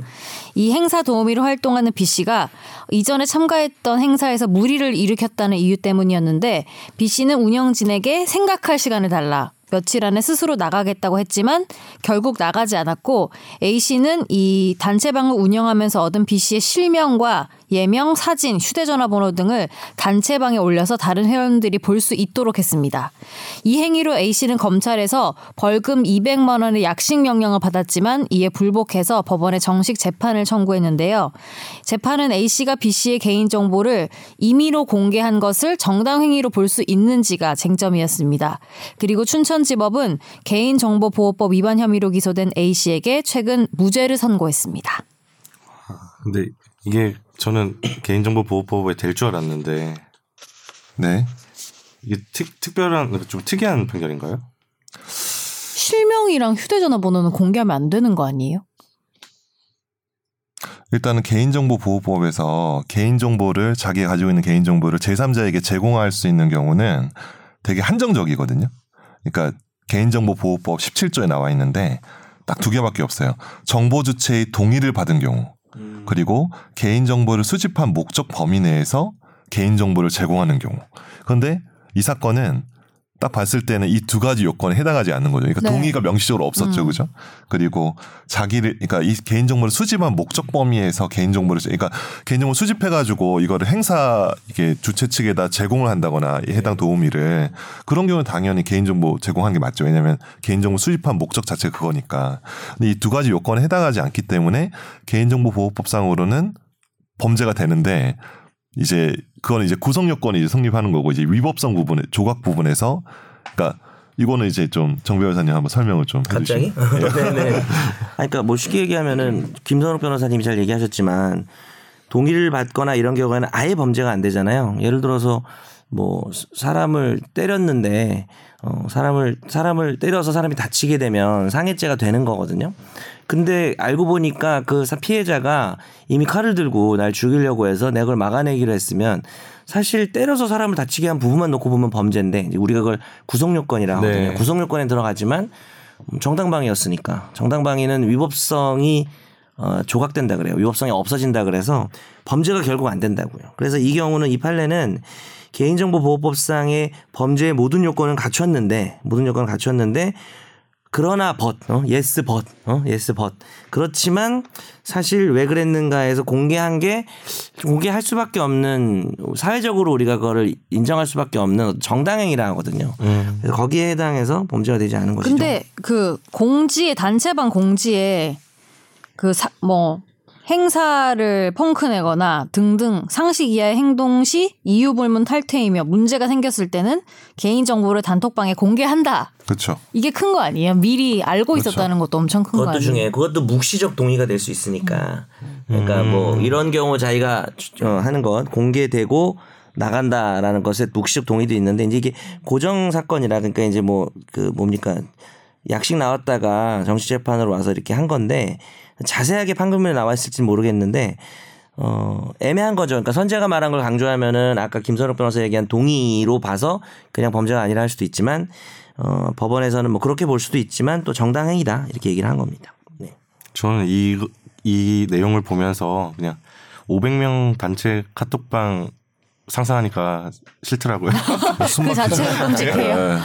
C: 이 행사 도우미로 활동하는 B 씨가 이전에 참가했던 행사에서 무리를 일으켰다는 이유 때문이었는데, B 씨는 운영진에게 생각할 시간을 달라. 며칠 안에 스스로 나가겠다고 했지만 결국 나가지 않았고 A 씨는 이 단체방을 운영하면서 얻은 B 씨의 실명과 예명, 사진, 휴대전화 번호 등을 단체방에 올려서 다른 회원들이 볼 수 있도록 했습니다. 이 행위로 A 씨는 검찰에서 벌금 200만 원의 약식 명령을 받았지만 이에 불복해서 법원에 정식 재판을 청구했는데요. 재판은 A 씨가 B 씨의 개인 정보를 임의로 공개한 것을 정당 행위로 볼 수 있는지가 쟁점이었습니다. 그리고 춘천지법은 개인정보보호법 위반 혐의로 기소된 A 씨에게 최근 무죄를 선고했습니다.
A: 근데 이게 저는 개인정보 보호법에 될 줄 알았는데
D: 네
A: 이게 특, 특별한 그러니까 좀 특이한 판결인가요?
C: 실명이랑 휴대전화 번호는 공개하면 안 되는 거 아니에요?
D: 일단은 개인정보보호법에서 개인정보를 자기가 가지고 있는 개인정보를 제3자에게 제공할 수 있는 경우는 되게 한정적이거든요. 그러니까 개인정보보호법 17조에 나와 있는데 딱 두 개밖에 없어요. 정보 주체의 동의를 받은 경우 그리고 개인정보를 수집한 목적 범위 내에서 개인정보를 제공하는 경우. 그런데 이 사건은 딱 봤을 때는 이 두 가지 요건에 해당하지 않는 거죠. 그러니까
C: 네.
D: 동의가 명시적으로 없었죠, 그죠? 그리고 자기를, 그러니까 이 개인정보를 수집한 목적 범위에서 개인정보를, 그러니까 개인정보 를 수집해가지고 이거를 행사 이게 주최 측에다 제공을 한다거나 이 해당 도우미를 그런 경우는 당연히 개인정보 제공한 게 맞죠. 왜냐하면 개인정보 수집한 목적 자체가 그거니까. 근데 이 두 가지 요건에 해당하지 않기 때문에 개인정보보호법상으로는 범죄가 되는데 이제 그건 이제 구성 요건이 이제 성립하는 거고 이제 위법성 부분에 조각 부분에서 그러니까 이거는 이제 좀 정 변호사님 한번 설명을 좀
B: 갑자기?
D: 해주시면
B: 네네. (laughs) 아니, 그러니까 뭐 쉽게 얘기하면은 김선욱 변호사님이 잘 얘기하셨지만 동의를 받거나 이런 경우에는 아예 범죄가 안 되잖아요. 예를 들어서 뭐 사람을 때렸는데 어 사람을 사람을 때려서 사람이 다치게 되면 상해죄가 되는 거거든요. 근데 알고 보니까 그 사- 피해자가 이미 칼을 들고 날 죽이려고 해서 내가 그걸 막아내기로 했으면 사실 때려서 사람을 다치게 한 부분만 놓고 보면 범죄인데 이제 우리가 그걸 구성 요건이라 하거든요.
A: 네.
B: 구성 요건에 들어가지만 정당방위였으니까 정당방위는 위법성이 어, 조각된다 그래요. 위법성이 없어진다 그래서 범죄가 결국 안 된다고요. 그래서 이 경우는 이 판례는 개인정보보호법상의 범죄의 모든 요건은 갖췄는데 모든 요건을 갖췄는데 그러나 but, 어? yes but, 어? yes but. 그렇지만 사실 왜 그랬는가에서 공개한 게 공개할 수밖에 없는 사회적으로 우리가 그거를 인정할 수밖에 없는 정당행위라 하거든요. 그래서 거기에 해당해서 범죄가 되지 않은 것이죠.
C: 근데 그 공지에 단체방 공지에 그 뭐 행사를 펑크내거나 등등 상식 이하의 행동 시 이유 불문 탈퇴이며 문제가 생겼을 때는 개인 정보를 단톡방에 공개한다.
D: 그렇죠.
C: 이게 큰 거 아니에요? 미리 알고
D: 그렇죠.
C: 있었다는 것도 엄청 큰 거
B: 그것도
C: 아니에요? 음.
B: 중요해. 그것도 묵시적 동의가 될 수 있으니까. 그러니까 뭐 이런 경우 자기가 어, 하는 건 공개되고 나간다라는 것에 묵시적 동의도 있는데 이제 이게 고정 사건이라 그러니까 이제 뭐 그 뭡니까 약식 나왔다가 정치 재판으로 와서 이렇게 한 건데 자세하게 판결문에 나와 있을지 는 모르겠는데 어 애매한 거죠. 그러니까 선재가 말한 걸 강조하면은 아까 김선욱 변호사 얘기한 동의로 봐서 그냥 범죄가 아니라 할 수도 있지만 어 법원에서는 뭐 그렇게 볼 수도 있지만 또 정당행위다 이렇게 얘기를 한 겁니다. 네.
A: 저는 이, 이 내용을 보면서 그냥 500명 단체 카톡방 상상하니까
C: (laughs)
A: 싫더라고요.
C: 그 자체가 끔찍해요.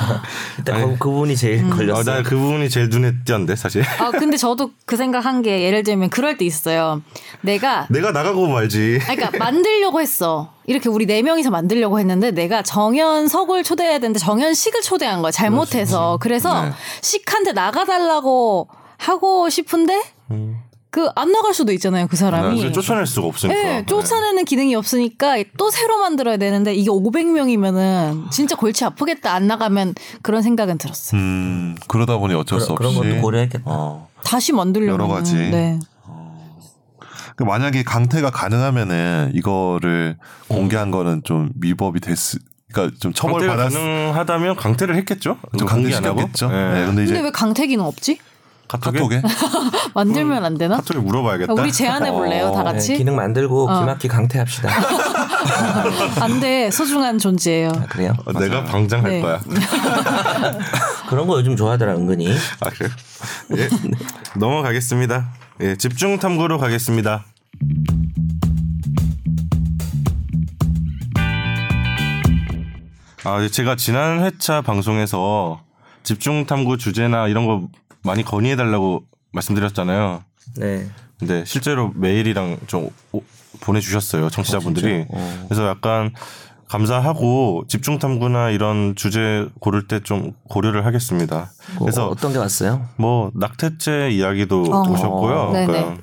B: 일단 그, 그 부분이 제일
A: 아,
B: 걸렸어요.
A: 나그 부분이 제일 눈에 띄었는데 사실.
C: 아 근데 저도 그 생각한 게 예를 들면 그럴 때 있어요. 내가
A: 내가 나가고 말지.
C: 아니, 그러니까 만들려고 했어. 이렇게 우리 네 명이서 만들려고 했는데 내가 정현석을 초대해야 되는데 정현식을 초대한 거야. 잘못해서. 그래서 식한테 나가달라고 하고 싶은데 그 안 나갈 수도 있잖아요. 그 사람이.
A: 사실 네, 쫓아낼 수가
C: 예,
A: 없으니까.
C: 쫓아내는 기능이 없으니까 또 새로 만들어야 되는데 이게 500명이면은 진짜 골치 아프겠다. 안 나가면 그런 생각은 들었어요.
D: 음, 그러다 보니 어쩔 수
B: 그런
D: 없이
B: 것도 고려했겠다.
D: 어.
C: 다시 만들려면
D: 여러 가지.
C: 네.
D: 그 만약에 강퇴가 가능하면은 이거를 공개한 거는 좀 위법이 됐을 그러니까 좀 처벌
A: 강퇴가
D: 받았을
A: 가능하다면 강퇴를 했겠죠?
D: 좀
A: 공개 안 하고?
D: 강퇴시켰겠죠.
A: 예.
D: 네. 근데
C: 근데
D: 이제
C: 왜 강태기는 없지?
A: 카톡에?
D: 카톡에
C: 만들면 안 되나?
A: 카톡에 물어봐야겠다.
C: 우리 제안해 볼래요, 다
B: 네,
C: 같이?
B: 기능 만들고 기막히 강퇴합시다.
C: 안 돼. 소중한 존재예요.
B: 아, 그래요?
A: 어, 내가 방장 할
C: 네. (laughs)
A: 거야.
B: 그런 거 요즘 좋아하더라 은근히.
A: 아, 그래요? 예. 넘어가겠습니다. 예, 집중 탐구로 가겠습니다. 아, 제가 지난 회차 방송에서 집중 탐구 주제나 이런 거 많이 건의해 달라고 말씀드렸잖아요.
B: 네.
A: 근데 실제로 메일이랑 좀 오- 아, 보내주셨어요 청취자분들이. 그래서 약간 감사하고 집중 탐구나 이런 주제 고를 때 좀 고려를 하겠습니다.
B: 뭐
A: 그래서
B: 어떤 게 왔어요?
A: 뭐 낙태죄 이야기도
C: 어.
A: 오셨고요.
C: 네네.
A: 그러니까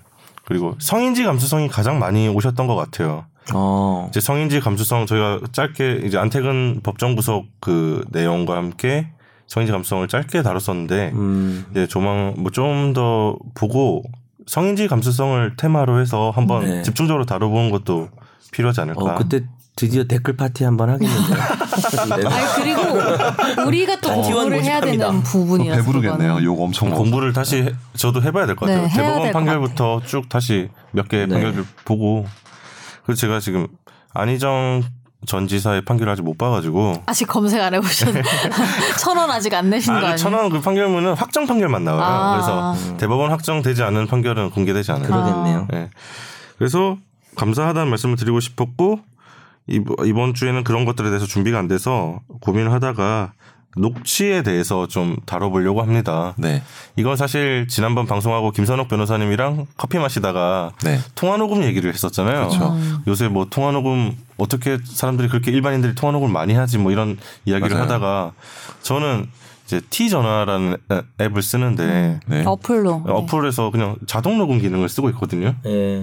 A: 그리고 성인지 감수성이 가장 많이 오셨던 것 같아요.
B: 어.
A: 이제 성인지 감수성 저희가 짧게 이제 안태근 법정 구속 그 내용과 함께 성인지 감수성을 짧게 다뤘었는데
B: 음.
A: 이제 조만 뭐 좀 더 보고 성인지 감수성을 테마로 해서 한번
B: 네.
A: 집중적으로 다뤄보는 것도 필요하지 않을까.
B: 어 그때 드디어 댓글 파티
A: (laughs)
B: 한번 하겠는데. 네,
C: 아니 그리고 우리가 또
B: 어.
C: 공부를 해야
B: 모집합니다.
C: 되는 부분이라서
D: 배부르겠네요.
C: 그거는.
D: 욕 엄청 먹
A: 음, 공부를 다시 해- 저도 해봐야 될 것
C: 네,
A: 같아요.
C: 해야
A: 대법원
C: 될것
A: 판결부터 쭉 다시 몇 개
B: 네.
A: 판결을 보고 그래서 제가 지금 안희정 전 지사의 판결을 아직 못 봐가지고
C: 아직 검색 안 해보셨네. 천원 아직 안 내신 거
A: 아,
C: 아니에요?
A: 천원 그 판결문은 확정 판결만 나와요.
C: 아.
B: 음.
A: 그래서 대법원 확정되지 않은 판결은 공개되지 않아요.
B: 그러겠네요.
A: 예. 그래서 감사하다는 말씀을 드리고 싶었고 이번 이번 주에는 그런 것들에 대해서 준비가 안 돼서 고민을 하다가 녹취에 대해서 좀 다뤄보려고 합니다.
D: 네.
A: 이건 사실 지난번 방송하고 김선욱 변호사님이랑 커피 마시다가
D: 네.
A: 통화 녹음 얘기를 했었잖아요.
D: 그렇죠.
A: 요새 뭐 통화 녹음 어떻게 사람들이 그렇게 일반인들이 통화 녹음 을 많이 하지 뭐 이런 이야기를
D: 맞아요.
A: 하다가 저는 이제 T 전화라는 앱- 앱을 쓰는데
D: 네.
C: 어플로. 네.
A: 어플에서 그냥 자동 녹음 기능을 쓰고 있거든요.
B: 예.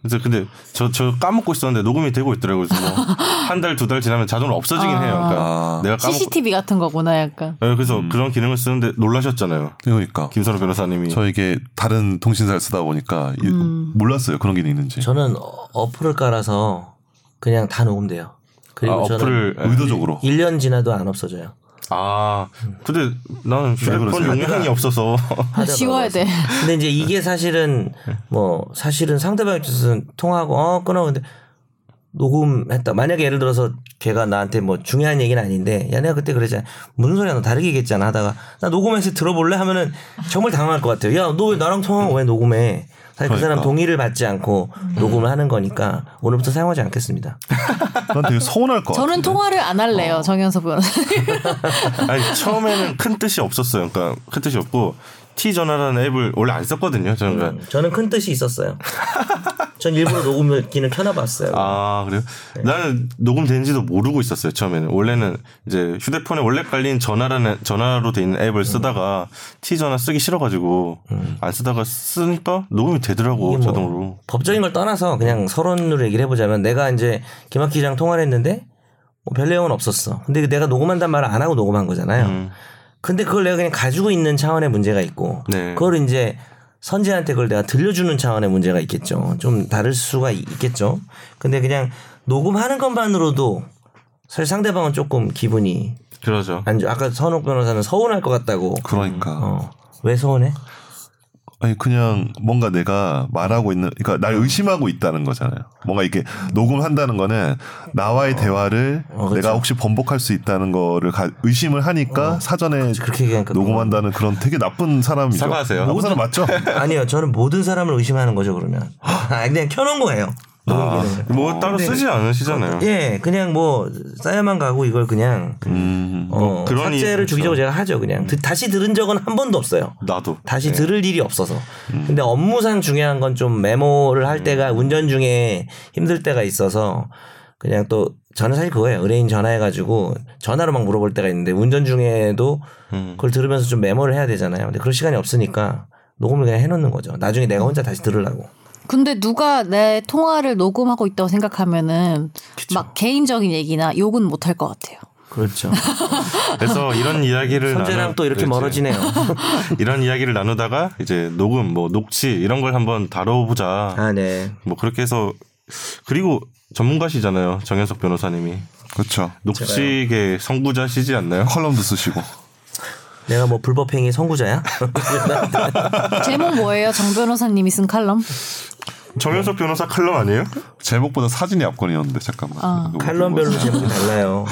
A: 그래서 근데 저 저 까먹고 있었는데 녹음이 되고 있더라고요. 그래서 뭐한달 두 달 지나면 자동으로 없어지긴 해요. 그러니까
D: 아.
A: 내가 까먹고
C: CCTV 같은 거구나 약간.
A: 네, 그래서 그런 기능을 쓰는데 놀라셨잖아요.
D: 그러니까
A: 김선호 변호사님이
D: 저 이게 다른 통신사를 쓰다 보니까 이-
B: 음.
D: 몰랐어요 그런 게 있는지.
B: 저는 어- 어플을 깔아서 그냥 다 녹음돼요.
A: 아,
B: 그리고 저는
A: 어플을
D: 예. 의도적으로.
B: 1년 지나도 안 없어져요.
A: 아, 근데 나는 휴대폰
D: 그러세요? (laughs)
A: 용량이 없어서. (laughs)
B: 하다가
C: 지워야
B: 와서.
C: 돼.
B: 근데 이제 이게
A: 네.
B: 사실은 뭐 사실은 상대방 입장에서는 통화하고 어 끊어 근데 녹음했다. 만약에 예를 들어서 걔가 나한테 뭐 중요한 얘기는 아닌데 야 내가 그때 그랬잖아. 무슨 소리야 너 다르게 얘기했잖아 하다가 나 녹음해서 들어볼래 하면은 정말 당황할 것 같아요. 야 너 왜 나랑 통화하고 왜 녹음해? 사실 그
A: 그러니까.
B: 사람 동의를 받지 않고 녹음을 하는 거니까 오늘부터 사용하지 않겠습니다.
D: 난 되게 서운할 것 같아.
C: 저는 통화를 안 할래요, 정현석 변호사. (laughs)
A: 아니, 처음에는 큰 뜻이 없었어요. 그러니까 큰 뜻이 없고 T 전화라는 앱을 원래 안 썼거든요. 저는 그러니까
B: 저는 큰 뜻이 있었어요. 전 일부러 녹음을 기능 켜놔봤어요.
A: 아 그래요?
B: 네.
A: 나는 녹음된지도 모르고 있었어요 처음에는 원래는 이제 휴대폰에 원래 깔린 전화라는 전화로 돼 있는
B: 음.
A: 앱을 쓰다가 T 전화 쓰기 싫어가지고 안 쓰다가 쓰니까 녹음이 되더라고
B: 이게 뭐
A: 자동으로
B: 법적인 걸 떠나서 그냥 서론으로 얘기를 해보자면 내가 이제 김학기 기자랑 통화를 했는데 뭐 별 내용은 없었어. 근데 그 내가 녹음한단 말을 안 하고 녹음한 거잖아요.
A: 음.
B: 근데 그걸 내가 그냥 가지고 있는 차원의 문제가 있고
A: 네.
B: 그걸 이제 선재한테 그걸 내가 들려주는 차원의 문제가 있겠죠. 좀 다를 수가 있- 있겠죠. 근데 그냥 녹음하는 것만으로도 사실 상대방은 조금 기분이
A: 그러죠.
B: 안 좋. 아까 선욱 변호사는 서운할 것 같다고.
D: 그러니까
B: 어. 왜 서운해?
D: 아니 그냥 뭔가 내가 말하고 있는 그러니까 날 의심하고 있다는 거잖아요. 뭔가 이렇게 녹음한다는 거는 나와의 대화를
B: 그쵸.
D: 내가 혹시 번복할 수 있다는 거를 가- 의심을 하니까 사전에
B: 그렇게 얘기하니까
D: 녹음한다는 그런 되게 나쁜 사람이죠.
A: 사과하세요.
D: 나쁜 사람 (laughs) 맞죠?
B: 아니요, 저는 모든 사람을 의심하는 거죠 그러면. 아, 그냥 켜놓은 거예요. 녹음 기능을.
A: 뭐 따로
B: 근데
A: 쓰지 않으시잖아요.
B: 예, 그냥 뭐 쌓여만 가고 이걸 그냥 어,
A: 뭐 그런
B: 삭제를
A: 일이
B: 주기적으로 제가 하죠. 그냥 드- 다시 들은 적은 한 번도 없어요.
A: 나도
B: 다시 들을 일이 없어서. 근데 업무상 중요한 건 좀 메모를 할 때가 운전 중에 힘들 때가 있어서 그냥 또 저는 사실 그거예요. 의뢰인 전화해가지고 전화로 막 물어볼 때가 있는데 운전 중에도 그걸 들으면서 좀 메모를 해야 되잖아요. 근데 그럴 시간이 없으니까 녹음을 그냥 해놓는 거죠. 나중에 내가 혼자 다시 들으려고.
C: 근데 누가 내 통화를 녹음하고 있다고 생각하면은 막 개인적인 얘기나 욕은 못 할 것 같아요.
B: (laughs) 그렇죠.
A: 그래서
B: (laughs)
A: 이런 이야기를
B: 선재랑
A: 나누-
B: 또 이렇게
A: 그렇지.
B: 멀어지네요.
A: 이런 이야기를 나누다가 이제 녹음 뭐 녹취 이런 걸 한번 다뤄보자
B: 아, 네.
A: 뭐 그렇게 해서 그리고 전문가시잖아요 정현석 변호사님이
D: 그렇죠.
A: 녹취계 선구자시지 않나요?
D: 컬럼도 쓰시고
B: 내가 뭐 불법행위 선구자야? (laughs)
C: 제목 뭐예요? 정 변호사님이 쓴 칼럼?
A: 정현석 변호사 칼럼 아니에요?
D: 제목보다 사진이 앞권이었는데 잠깐만. 이거
B: 아. 칼럼별로
D: 뭐-
B: 제목이 달라요.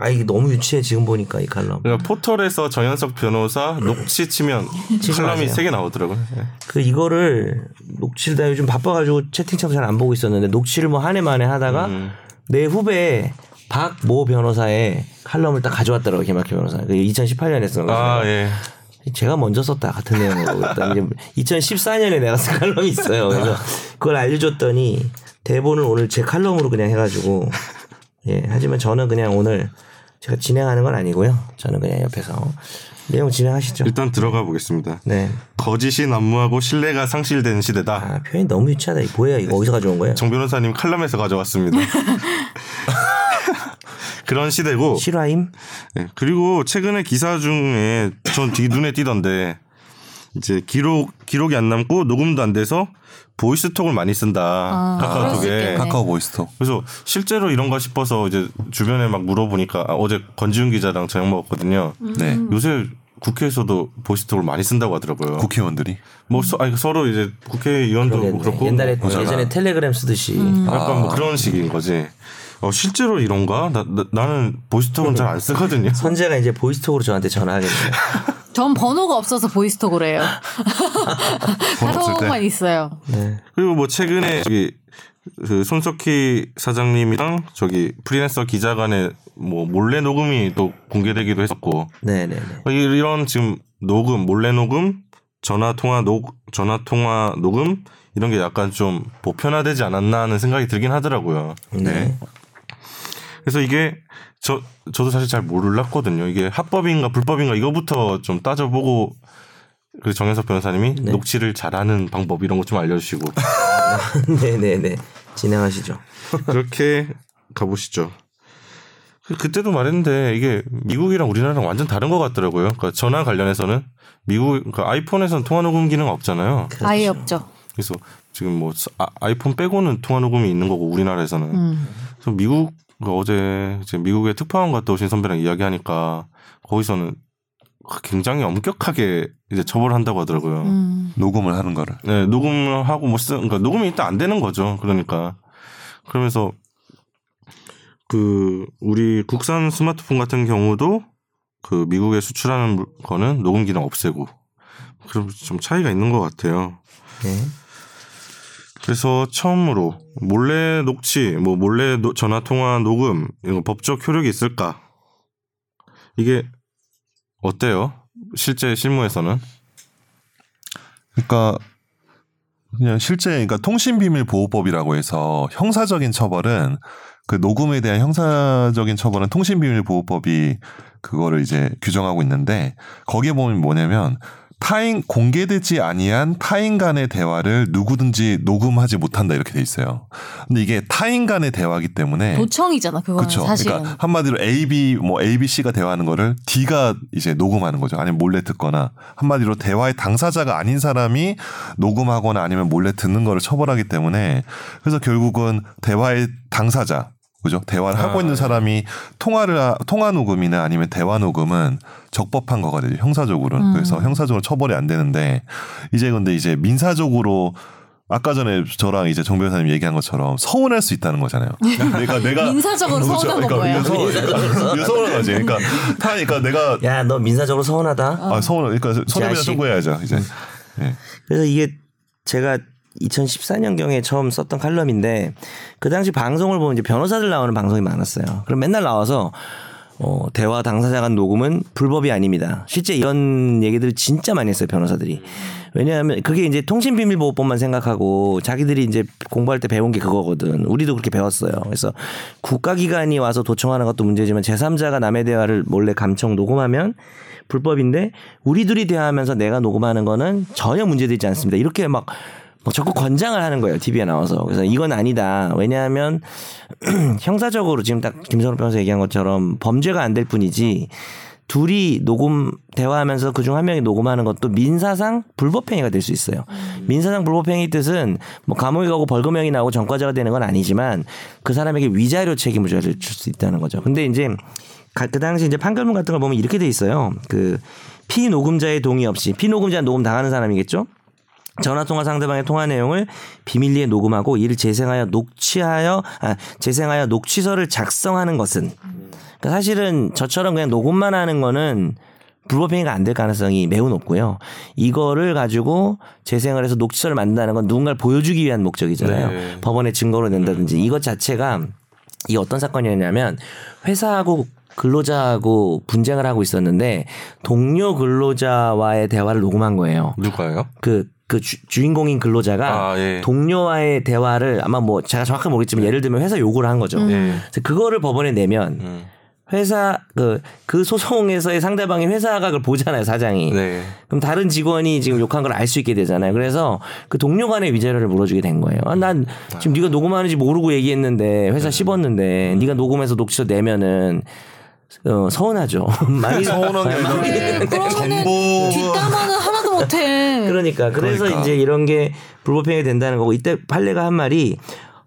B: 아 이게 너무 유치해 지금 보니까 이 칼럼.
A: 그러니까 포털에서 정현석 변호사 녹취 치면
B: 치지
A: 칼럼이
B: 마세요.
A: 세 개 나오더라고요. 예.
B: 그 이거를 녹취를 다 요즘 바빠가지고 채팅창도 잘 안 보고 있었는데 녹취를 뭐 한 해 만에 하다가
A: 음.
B: 내 후배 박 모 변호사의 칼럼을 딱 가져왔더라고 요 김학휘 변호사. 그 2018년에 쓴 거.
A: 아 예.
B: 제가 먼저 썼다 같은 내용으로 일단 이제 2014년에 내가 쓴 칼럼이 있어요. 그래서 그걸 알려줬더니 대본을 오늘 제 칼럼으로 그냥 해가지고 예 하지만 저는 그냥 오늘 제가 진행하는 건 아니고요. 저는 그냥 옆에서 내용 진행하시죠.
A: 일단 들어가 보겠습니다.
B: 네.
A: 거짓이 난무하고 신뢰가 상실된 시대다.
B: 아 표현이 너무 유치하다. 이거 뭐야 이거 어디서 가져온 거예요?
A: 정 변호사님 칼럼에서 가져왔습니다. (laughs) 그런 시대고
B: 실화임?
A: 예, 그리고 최근에 기사 중에 전 되게 눈에 띄던데 이제 기록 기록이 안 남고 녹음도 안 돼서 보이스톡을 많이 쓴다
C: 아, 그럴 수
A: 카카오톡에
C: 있겠네.
D: 카카오 보이스톡.
A: 그래서 실제로 이런가 싶어서 이제 주변에 막 물어보니까 아, 어제 권지훈 기자랑 저녁 먹었거든요.
B: 음.
D: 네.
A: 요새 국회에서도 보이스톡을 많이 쓴다고 하더라고요.
D: 국회의원들이
A: 뭐 서, 아니, 서로 이제 국회의원도 뭐
B: 그러겠네.
A: 그렇고
B: 옛날에
A: 뭐 그러잖아.
B: 예전에 아. 텔레그램 쓰듯이
A: 약간 뭐 그런 식인 거지. 어, 실제로 이런가? 나, 나, 는 보이스톡은 잘 안
B: (laughs)
A: 쓰거든요.
B: 선재가 이제 보이스톡으로 저한테 전화하겠네요.
C: 전 번호가 없어서 보이스톡으로
D: (laughs)
C: 해요. 카톡만 있어요.
B: 네.
A: 그리고 뭐 최근에 저기 그 손석희 사장님이랑 저기 프리랜서 기자 간의 뭐 몰래 녹음이 또 공개되기도 했었고
B: 네네네.
A: 뭐 이- 이런 지금 녹음 몰래 녹음 전화 통화 녹 전화 통화 녹음 이런 게 약간 좀 보편화되지 않았나 하는 생각이 들긴 하더라고요.
B: 네. (laughs)
A: 그래서 이게 저 저도 사실 잘 몰랐거든요. 이게 합법인가 불법인가 이거부터 좀 따져보고 그 정현석 변호사님이 녹취를 잘하는 방법 이런 것 좀 알려주시고
B: 네네네. 진행하시죠.
A: 그렇게 가보시죠. 그- 그때도 말했는데 이게 미국이랑 우리나라랑 완전 다른 것 같더라고요. 그러니까 전화 관련해서는 미국 그러니까 아이폰에서는 통화 녹음 기능 없잖아요.
D: 그렇죠.
C: 아예 없죠.
A: 그래서 지금 뭐 스- 아, 이폰 빼고는 통화 녹음이 있는 거고 우리나라에서는
C: 음.
A: 그래서 미국 그 어제 이제 미국에 특파원 갔다 오신 선배랑 이야기하니까 거기서는 굉장히 엄격하게 이제 처벌한다고 하더라고요.
C: 음.
D: 녹음을 하는 거를.
A: 네, 녹음을 하고 뭐 쓰, 그러니까 녹음이 일단 안 되는 거죠. 그러니까 그러면서 그 우리 국산 스마트폰 같은 경우도 그 미국에 수출하는 물- 거는 녹음 기능 없애고 그럼 좀 차이가 있는 것 같아요.
B: 네.
A: 그래서 처음으로 몰래 녹취, 뭐 몰래 노- 전화 통화 녹음 이거 법적 효력이 있을까? 이게 어때요? 실제 실무에서는
D: 그러니까 그냥 실제 그러니까 통신비밀보호법이라고 해서 형사적인 처벌은 그 녹음에 대한 형사적인 처벌은 통신비밀보호법이 그거를 이제 규정하고 있는데 거기에 보면 뭐냐면 타인 공개되지 아니한 타인 간의 대화를 누구든지 녹음하지 못한다 이렇게 돼 있어요. 근데 이게 타인 간의 대화기 때문에
C: 도청이잖아 그거는
D: 그쵸.
C: 사실은.
D: 그러니까 한마디로 A, B, 뭐 A, B, C가 대화하는 거를 D가 이제 녹음하는 거죠. 아니면 몰래 듣거나 한마디로 대화의 당사자가 아닌 사람이 녹음하거나 아니면 몰래 듣는 거를 처벌하기 때문에 그래서 결국은 대화의 당사자. 그죠? 대화를
C: 아, 예.
D: 하고 있는 사람이 통화를 하- 통화 녹음이나 아니면 대화 녹음은 적법한 거가 되죠.
C: 음.
D: 형사적으로는. 그래서 형사적으로 처벌이 안 되는데 이제 근데 이제 민사적으로 아까 전에 저랑 이제 정 변호사님 얘기한 것처럼 서운할 수
C: (laughs)
D: 있다는 거잖아요. 내가 내가
C: 민사적으로 서운한
D: 그러니까
C: 건 뭐예요?
D: 서운한 거지. 그러니까 타, 그러니까 내가
B: 야 너 민사적으로 서운하다.
D: 아 서운, 그러니까 서운이나
B: 자식.
D: 청구해야죠
C: 음.
D: 이제. 예.
B: 그래서 이게 제가 2014년 경에 처음 썼던 칼럼인데 그 당시 방송을 보면 이제 변호사들 나오는 방송이 많았어요. 그럼 맨날 나와서 어, 대화 당사자 간 녹음은 불법이 아닙니다. 실제 이런 얘기들을 진짜 많이 했어요, 변호사들이. 왜냐하면 그게 이제 통신비밀보호법만 생각하고 자기들이 이제 공부할 때 배운 게 그거거든. 우리도 그렇게 배웠어요. 그래서 국가기관이 와서 도청하는 것도 문제지만 제3자가 남의 대화를 몰래 감청 녹음하면 불법인데 우리 둘이 대화하면서 내가 녹음하는 거는 전혀 문제되지 않습니다. 이렇게 막 뭐 자꾸 권장을 하는 거예요. TV에 나와서. 그래서 이건 아니다. 왜냐하면 (clears throat) 형사적으로 지금 딱 김선호 변호사 얘기한 것처럼 범죄가 안 될 뿐이지 둘이 녹음 대화하면서 그중 한 명이 녹음하는 것도 민사상 불법행위가 될 수 있어요. 민사상 불법행위 뜻은 뭐 감옥에 가고 벌금형이 나오고 전과자가 되는 건 아니지만 그 사람에게 위자료 책임을 줄 수 있다는 거죠. 근데 이제 가- 그 당시 이제 판결문 같은 걸 보면 이렇게 돼 있어요. 그 피녹음자의 동의 없이 피녹음자는 녹음 당하는 사람이겠죠. 전화통화 상대방의 통화 내용을 비밀리에 녹음하고 이를 재생하여 녹취하여 아, 재생하여 녹취서를 작성하는 것은 그러니까 사실은 저처럼 그냥 녹음만 하는 거는 불법행위가 안 될 가능성이 매우 높고요. 이거를 가지고 재생을 해서 녹취서를 만든다는 건 누군가를 보여주기 위한 목적이잖아요. 법원에 증거로 낸다든지 이것 자체가 이 어떤 사건이었냐면 회사하고 근로자하고 분쟁을 하고 있었는데 동료 근로자와의 대화를 녹음한 거예요.
A: 누가요?
B: 그, 그 주, 주인공인 근로자가
A: 아, 예.
B: 동료와의 대화를 아마 뭐 제가 정확하게
D: 네.
B: 모르겠지만 예를 들면 회사 요구를 한
D: 음.
B: 거죠.
A: 예.
B: 그래서 그거를 법원에 내면 회사 그, 그 소송에서의 상대방인 회사가 그걸 보잖아요, 사장이.
A: 네.
B: 그럼 다른 직원이 지금 욕한 걸 알 수 있게 되잖아요. 그래서 그 동료 간의 위자료를 물어주게 된 거예요. 아, 난
D: 음.
B: 지금 네가 녹음하는지 모르고 얘기했는데 회사
D: 네.
B: 씹었는데 네가 녹음해서 녹취서 내면은 어, 서운하죠. (laughs) 많이
D: 서운한 게 아니라
B: 많이-
C: 그래, 그러면은
B: 네.
D: 정보-
C: 뒷담화는 하나도 못해.
B: 그러니까 그래서
D: 그러니까.
B: 이제 이런 게 불법행위 된다는 거고 이때 판례가 한 말이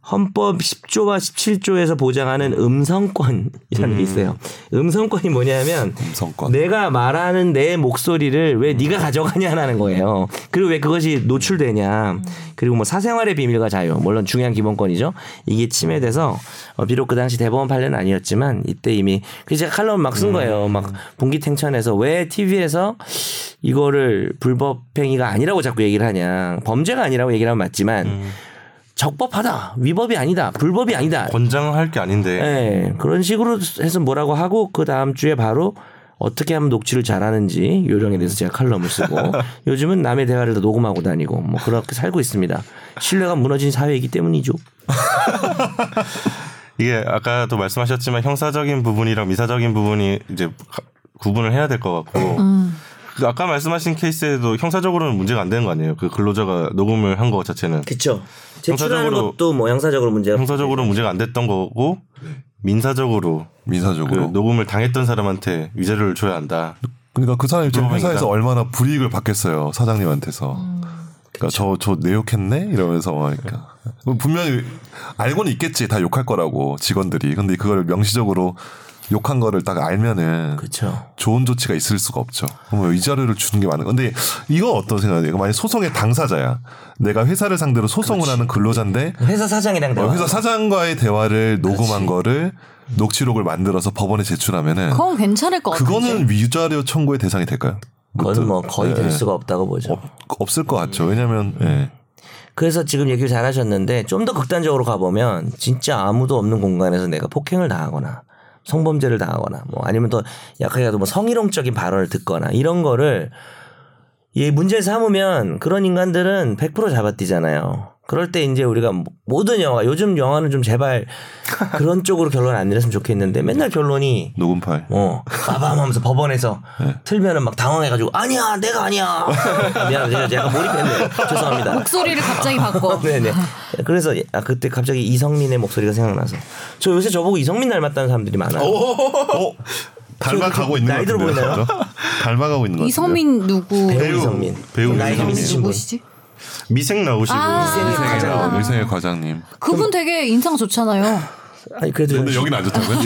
B: 헌법 10조와 17조에서 보장하는 음성권이라는 게 있어요. 음성권이 뭐냐면
D: 음성권. 음.
B: 내가 말하는 내 목소리를 왜 네가 가져가냐라는 거예요. 그리고 왜 그것이 노출되냐. 그리고 뭐 사생활의 비밀과 자유 물론 중요한 기본권이죠. 이게 침해돼서 어, 비록 그 당시 대법원 판례는 아니었지만 이때 이미 그래서 제가 칼럼 막
D: 음.
B: 쓴 거예요. 막 분기탱천에서 왜 TV에서 이거를 불법행위가 아니라고 자꾸 얘기를 하냐. 범죄가 아니라고 얘기를 하면 맞지만
D: 음.
B: 적법하다. 위법이 아니다. 불법이 아니다.
A: 권장할 게 아닌데.
B: 예, 그런 식으로 해서 뭐라고 하고 그 다음 주에 바로 어떻게 하면 녹취를 잘하는지 요령에 대해서 제가 칼럼을 쓰고 요즘은 남의 대화를 다 녹음하고 다니고 뭐 그렇게 살고 있습니다. 신뢰가 무너진 사회이기 때문이죠.
A: 이게 아까도 말씀하셨지만 형사적인 부분이랑 미사적인 부분이 이제 가- 구분을 해야 될 것 같고 그 아까 말씀하신 케이스에도 형사적으로는 문제가 안 되는 거 아니에요? 그 근로자가 녹음을 한 거 자체는
B: 그렇죠.
A: 제출하는 형사적으로- 것도
B: 뭐 형사적으로 문제가
A: 형사적으로 문제가 안 됐던 거고 민사적으로 네. 그
D: 민사적으로.
A: 녹음을 당했던 사람한테 위자료를 줘야 한다.
D: 그러니까 그 사람이 지금
A: 불법행위다.
D: 회사에서 얼마나 불이익을 받겠어요 사장님한테서.
C: 음,
D: 그러니까 저 저 내욕했네 이러면서 그러니까 분명히 알고는 있겠지 다 욕할 거라고 직원들이. 근데 그걸 명시적으로 욕한 거를 딱 알면은
B: 그렇죠.
D: 좋은 조치가 있을 수가 없죠. 그럼 이 자료를 주는 게 많은. 근데 이거 어떤 생각이에요? 만약 소송의 당사자야. 내가 회사를 상대로 소송을 하는 근로자인데
B: 회사 사장이랑
D: 어, 회사 사장과의 대화를 녹음한 거를 녹취록을 만들어서 법원에 제출하면은
C: 그건 괜찮을 것 같아.
D: 그거는 위자료 청구의 대상이 될까요?
B: 그거는 뭐 거의
D: 예,
B: 될
D: 예.
B: 수가 없다고 보죠.
D: 없, 없을 것 같죠. 왜냐하면 예.
B: 그래서 지금 얘기를 잘 하셨는데 좀 더 극단적으로 가보면 진짜 아무도 없는 공간에서 내가 폭행을 당하거나 성범죄를 당하거나 뭐 아니면 더 약하게라도 뭐 성희롱적인 발언을 듣거나 이런 거를 이 문제 삼으면 그런 인간들은 100% 잡아뛰잖아요. 그럴 때 이제 우리가 모든 영화 요즘 영화는 좀 제발 그런 쪽으로 결론 안 내렸으면 좋겠는데 맨날 결론이
D: 녹음 파일.
B: 어, 빠밤하면서 법원에서 틀면은 막 당황해가지고 아니야 내가 아니야 미안 제가 제가 몰입했네 죄송합니다
C: 목소리를 갑자기
D: (laughs)
C: 바꿔.
B: 아, 네네. 그래서 아, 그때 갑자기 이성민의 목소리가 생각나서 저 요새 저보고 이성민 닮았다는 사람들이 많아요.
E: 어? 닮아가고 있는
B: 나이
E: 것
B: 들어
E: 같은데요.
B: 보이나요?
D: (laughs)
E: 닮아가고 있는 것 같아요.
C: 이성민 누구?
B: 배우,
E: 배우,
B: 이성민.
E: 배우
B: 나이 좀
E: 이성민.
B: 있으신 분.
C: 누구시지?
A: 미생 나오시고
C: 아,
D: 어, 의생의 의생의 과장님.
C: 그분 되게 인상 좋잖아요.
B: 아니 그래도
E: 근데 여긴 안 좋다고요?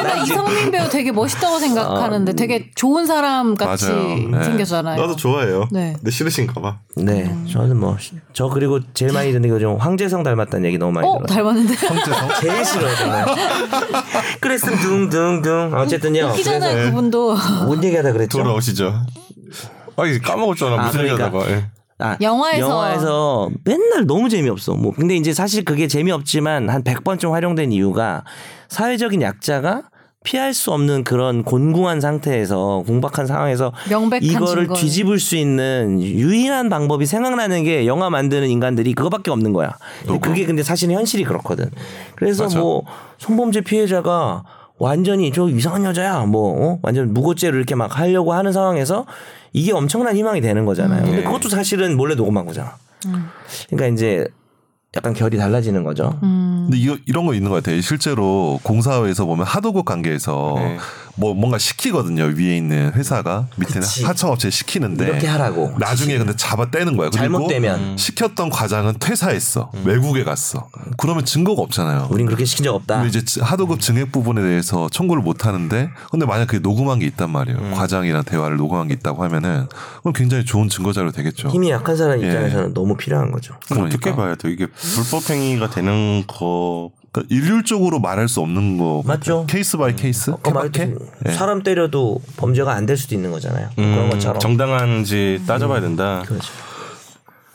B: (laughs)
C: 나 이성민 배우 되게 멋있다고 생각하는데 되게 좋은 사람 같이
D: 아, 맞아요. 네.
C: 생겼잖아요.
A: 나도 좋아해요.
C: 네.
A: 근데 싫으신가 봐.
B: 네 저는 뭐 저 그리고 제일 많이 듣는 게 요즘 황재성 닮았다는 얘기 너무 많이
C: 어
B: 들어요. (laughs)
C: 닮았는데
B: 아, 제일 싫어요 정말.
C: (laughs)
B: 그랬음 둥둥둥 어쨌든요.
C: 웃기잖아요
B: 네.
C: 그분도
D: (laughs)
B: 그래서 뭔 얘기하다 그랬죠?
A: 돌아오시죠.
D: 아니 까먹었잖아
B: 아,
D: 무슨
B: 그러니까.
D: 얘기하다가. 예.
B: 아,
C: 영화에서.
B: 영화에서 맨날 너무 재미없어. 뭐 근데 이제 사실 그게 재미없지만 한 100번쯤 활용된 이유가 사회적인 약자가 피할 수 없는 그런 곤궁한 상태에서 공박한 상황에서
C: 명백한
B: 이거를
C: 증거예요.
B: 뒤집을 수 있는 유일한 방법이 생각나는 게 영화 만드는 인간들이 그거밖에 없는 거야. 근데 그게 근데 사실 현실이 그렇거든. 그래서 뭐 성범죄 피해자가 완전히 저 이상한 여자야 뭐 어? 완전 무고죄를 이렇게 막 하려고 하는 상황에서 이게 엄청난 희망이 되는 거잖아요. 근데 그것도 사실은 몰래 녹음한 거잖아. 그러니까 이제 약간 결이 달라지는 거죠.
C: 음.
E: 근데 이거, 이런 거 있는 것 같아요. 실제로 공사에서 보면 하도급 관계에서
A: 네.
E: 뭐 뭔가 시키거든요. 위에 있는 회사가 밑에는
B: 그치.
E: 하청업체 시키는데
B: 이렇게 하라고.
E: 나중에 근데 잡아 떼는 거야. 그리고
B: 잘못되면.
E: 시켰던 과장은 퇴사했어.
A: 음.
E: 외국에 갔어. 그러면 증거가 없잖아요.
B: 우린 그렇게 시킨 적 없다.
E: 근데 이제 하도급 증액 부분에 대해서 청구를 못 하는데 근데 만약 그게 녹음한 게 있단 말이에요. 과장이랑 대화를 녹음한 게 있다고 하면은 그럼 굉장히 좋은 증거 자료 되겠죠.
B: 힘이 약한 사람 입장에서는 너무 필요한 거죠.
A: 그럼 어떻게
E: 그러니까.
A: 봐야 돼? 이게 불법행위가 되는 거.
E: 그러니까 일률적으로 말할 수 없는 거
B: 맞죠.
E: 케이스 바이 케이스.
B: 아까
E: 케바케?
B: 말했듯이 사람 때려도 범죄가 안 될 수도 있는 거잖아요. 그런 것처럼.
A: 음, 정당한지 따져봐야 된다.
B: 그렇죠.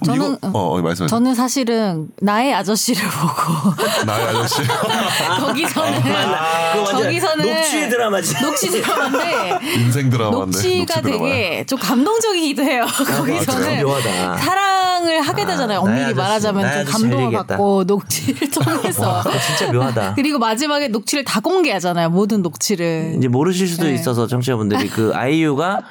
C: 저는
E: 이거- 어, 어 말씀해.
D: (laughs)
C: 저는 사실은 나의 아저씨를 (laughs) 보고
E: 나의 아저씨.
B: 아,
C: 거기서는
B: 그거 완전
C: 아, 저기서는
B: 녹취의 드라마지.
C: 녹취
B: 아,
C: 드라마인데
E: 인생 드라마인데.
C: 녹취가 되게 좀 감동적이기도 해요. 거기서는
B: 맞아요. 묘하다.
C: 사랑을 하게 되잖아요. 엄밀히
B: 나의 아저씨,
C: 말하자면
B: 나의
C: 좀
B: 아저씨
C: 감동을
B: 잘
C: 받고
B: (laughs)
C: 녹취를 통해서
B: 그거 진짜 묘하다.
C: 그리고 마지막에 녹취를 다 공개하잖아요. 모든 녹취를.
B: 이제 모르실 수도
C: 네.
B: 있어서 청취자분들이
C: (laughs)
B: 그 아이유가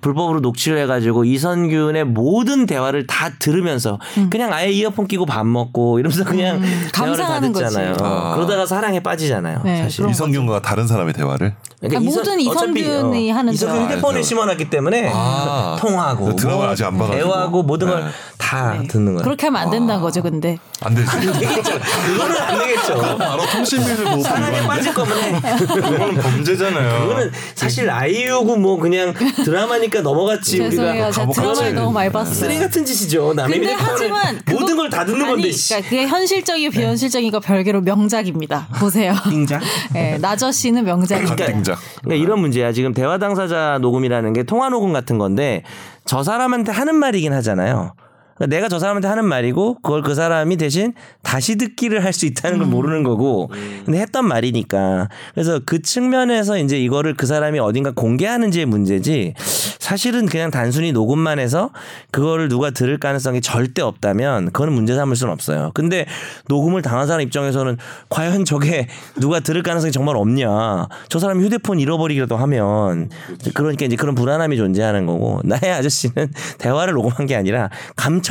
B: 불법으로 녹취를 해가지고 이선균의 모든 대화를 다 들으면서 그냥 아예 이어폰 끼고 밥 먹고 이러면서 그냥 대화를 다
C: 음. 감상하는 거지.
B: 듣잖아요. 그러다가 사랑에 빠지잖아요.
C: 네,
B: 사실.
C: 그럼-
E: 이성균과 다른 사람의 대화를
C: 아, 모든
B: 그러니까 어차피,
C: 이선균이 하는
B: 이선균
C: 대화.
B: 휴대폰을 심어놨기 때문에
E: 아.
B: 통화하고
E: 드라마
B: 뭐
E: 아직 안 봐가지고.
B: 대화하고 모든
E: 네.
B: 걸 다 듣는 (laughs) 아, 거예요.
C: 그렇게 하면 안 된다는 거죠, 근데.
E: 안 되지.
B: 이거는 안 되겠죠.
E: 바로 통신비를 보고
B: 사랑에 빠질 거면 해.
A: 그건 범죄잖아요.
E: 네.
B: 그거는 사실 아이유고 뭐 그냥 드라마니까 넘어갔지
C: 죄송해요.
B: 우리가
C: 제가
E: 가보고
C: 드라마를
E: 가지.
C: 너무 많이
B: 쓰레기
C: 봤어요.
B: 같은 짓이죠. 남의
C: 근데
B: 휴대폰을
C: 하지만
B: 모든
C: 그거-
B: 걸 다 듣는
C: 아니,
B: 건데. 네.
C: 그러니까 그게 현실적이고 비현실적이고 별개로 명작입니다.
B: (laughs)
C: 보세요.
B: 빙장.
C: 예, 나저씨는 명작입니다.
E: 갓등작.
B: 그러니까 이런 문제야. 지금 대화 당사자 녹음이라는 게 통화 녹음 같은 건데 저 사람한테 하는 말이긴 하잖아요. 그러니까 내가 저 사람한테 하는 말이고 그걸 그 사람이 대신 다시 듣기를 할 수 있다는 걸 모르는 거고 근데 했던 말이니까 그래서 그 측면에서 이제 이거를 그 사람이 어딘가 공개하는지의 문제지 사실은 그냥 단순히 녹음만 해서 그거를 누가 들을 가능성이 절대 없다면 그거는 문제 삼을 수는 없어요. 근데 녹음을 당한 사람 입장에서는 과연 저게 누가 들을 가능성이 정말 없냐. 저 사람이 휴대폰 잃어버리기라도 하면
E: 그렇죠.
B: 그러니까 이제 그런 불안함이 존재하는 거고 나의 아저씨는 대화를 녹음한 게 아니라 감청을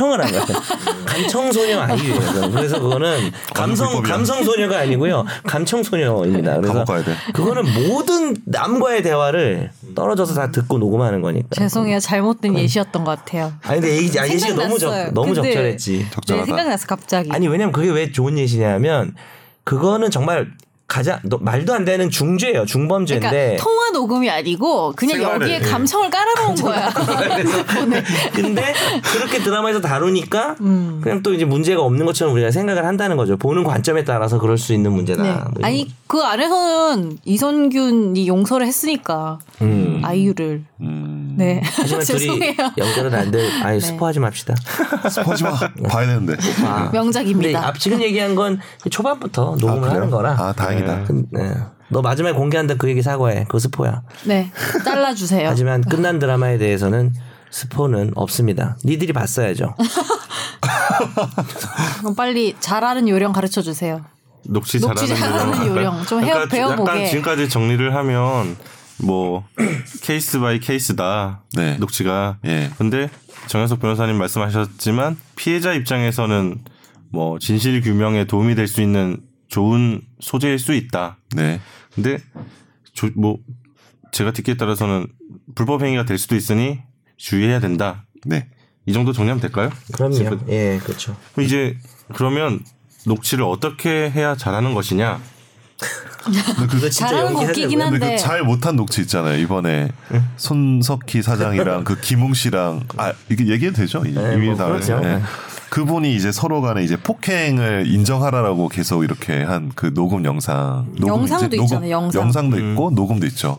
E: (laughs)
B: 한 거예요. 감청 소녀 아니에요. 저는. 그래서 그거는 감성
E: 불법이야.
B: 감성 소녀가 아니고요. 감청 소녀입니다. 그래서
E: 감옥 가야 돼. 음.
B: 그거는 모든 남과의 대화를 떨어져서 다 듣고 녹음하는 거니까.
C: 죄송해요. 잘못된 예시였던 것 같아요.
B: 아니 근데 이- 아, 예시가 너무
C: 생각났어요.
B: 적 너무
C: 근데-
B: 적절했지.
E: 적절하다.
C: 네, 생각났어 갑자기.
B: 아니 왜냐면 그게 왜 좋은 예시냐면 그거는 정말 가장 너- 말도 안 되는 중죄예요 중범죄인데
C: 그러니까 통화 녹음이 아니고 그냥
A: 생활을,
C: 여기에
A: 예.
C: 감성을 깔아놓은 거야.
B: (laughs) 근데 그렇게 드라마에서 다루니까
C: 음.
B: 그냥 또 이제 문제가 없는 것처럼 우리가 생각을 한다는 거죠 보는 관점에 따라서 그럴 수 있는 문제다
C: 네.
B: 뭐 이런
C: 아니 그 안에서는 이선균이 용서를 했으니까 아이유를.
D: 음.
C: 네.
B: 하지만 둘이
C: (laughs) 죄송해요. 네.
B: 연결은
C: (laughs)
B: 안될 아니 스포하지 맙시다
E: 퍼지
B: (laughs)
E: 마. 봐야 되는데.
B: 아. 근데
C: 명작입니다.
B: 앞 지금 얘기한 건 초반부터 그 녹음을 하는 거라
E: 아, 다행이다.
B: 근- 네. 너 마지막에 공개한다 그 얘기 사과해. 그거 스포야.
C: 네. 잘라주세요.
B: 하지만 끝난 드라마에 대해서는 스포는 없습니다. 니들이 봤어야죠.
C: 그럼 빨리 잘하는 요령 가르쳐 주세요.
A: 녹취
C: 녹취
A: 잘하는,
C: 잘하는 요령. 좀 헤어-
A: 약간,
C: 배워보게.
A: 약간 지금까지 정리를 하면
C: (clears throat)
A: 뭐 케이스 바이 케이스다.
D: 네.
A: 녹취가.
D: 예.
A: 근데 정현석 변호사님 말씀하셨지만 피해자 입장에서는 뭐 진실 규명에 도움이 될 수 있는 좋은 소재일 수 있다.
D: 네.
A: 근데 조, 뭐 제가 듣기에 따라서는 불법 행위가 될 수도 있으니 주의해야 된다.
D: 네.
A: 이 정도 정리하면 될까요?
B: 그럼요. 예, 그렇죠.
A: 그럼 이제 그러면 녹취를 어떻게 해야 잘하는 것이냐?
B: 이거 진짜
C: 잘하는 거
B: 연기하려고요?
C: 웃기긴
D: 그, 근데
C: 한데
D: 그 잘 못한 녹취 있잖아요. 이번에
B: 네.
D: 손석희 사장이랑 그 김웅 씨랑 아 이게 얘기해도 되죠? 이-
B: 네,
D: 이미
B: 뭐
D: 다
B: 그렇죠.
D: 예.
B: 네.
D: 그분이 이제 서로 간에 이제 폭행을 인정하라라고 계속 이렇게 한 그 녹음 영상 녹음
C: 영상도
D: 이제
C: 있잖아요, 영상.
D: 영상도 있고 녹음도 있죠.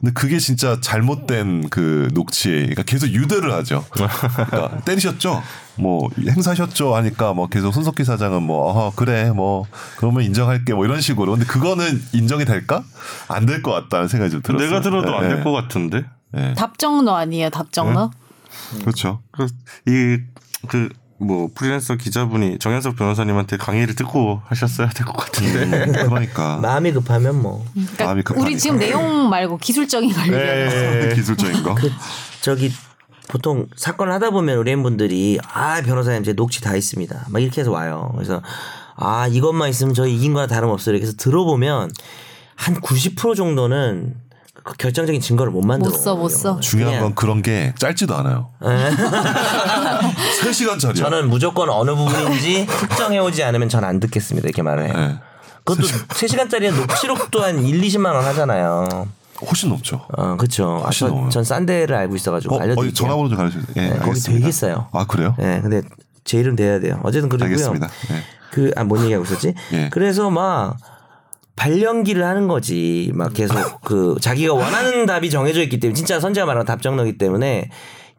D: 근데 그게 진짜 잘못된 그 녹취 그러니까 계속 유대를 하죠.
A: (laughs)
D: 그러니까 때리셨죠? 뭐 행사셨죠 하니까 뭐 계속 손석희 사장은 뭐 어허 그래 뭐 그러면 인정할게 뭐 이런 식으로 근데 그거는 인정이 될까 안 될 것 같다는 생각이 좀 들었어요.
A: 내가 들어도 안 될
D: 예,
A: 것 같은데.
D: 예.
C: 답정너 아니에요, 답정너?
D: 그렇죠.
A: 이그뭐 프리랜서 기자분이 정현석 변호사님한테 강의를 듣고 하셨어야 될 것 (laughs) 같은데.
D: 그러니까
B: (laughs) 마음이 급하면 뭐
C: 그러니까
D: 마음이 급하니까.
C: 우리 지금 내용 말고 기술적인 관리.
D: 예, 기술적인 거.
B: 그 저기 보통 사건 을 하다 보면 의뢰인분들이 아 변호사님 제 녹취 다 있습니다 막 이렇게 해서 와요 그래서 아 이것만 있으면 저희 이긴 거나 다름없어요 그래서 들어보면 한 90% 정도는 그 결정적인 증거를 못 네. 만들어
C: 못 써, 못 써.
D: 중요한
B: 그냥
D: 건 그런 게 짧지도 않아요. (laughs)
B: 네.
D: 3시간짜리요.
B: 저는 무조건 어느
C: (laughs)
B: 부분인지 특정해 오지 않으면 전 안 듣겠습니다 이렇게 말을 해요
D: 네.
B: 그것도 3시간짜리 녹취록 또한 1, 20만 원 하잖아요
D: 훨씬 높죠.
B: 어 그렇죠 아,
D: 훨씬
B: 저-
D: 넘어요.
B: 전 싼데를 알고 있어가지고
D: 어, 어디
B: 알려드릴게요
D: 전화번호 좀 가르쳐 주세요. 예,
B: 네, 거기
D: 알겠습니다.
B: 되게 싸요
D: 아, 그래요?
B: 예, 근데 제 이름 돼야 돼요. 어쨌든 그리고요.
D: 알겠습니다. 예.
B: 그, 아, 뭔 얘기하고 있었지?
D: (laughs) 예.
B: 그래서 막, 발연기를 하는 거지. 막
D: (laughs)
B: 계속 그, 자기가 원하는 답이 정해져 있기 때문에, 진짜 선재가 말한 답정너기 때문에,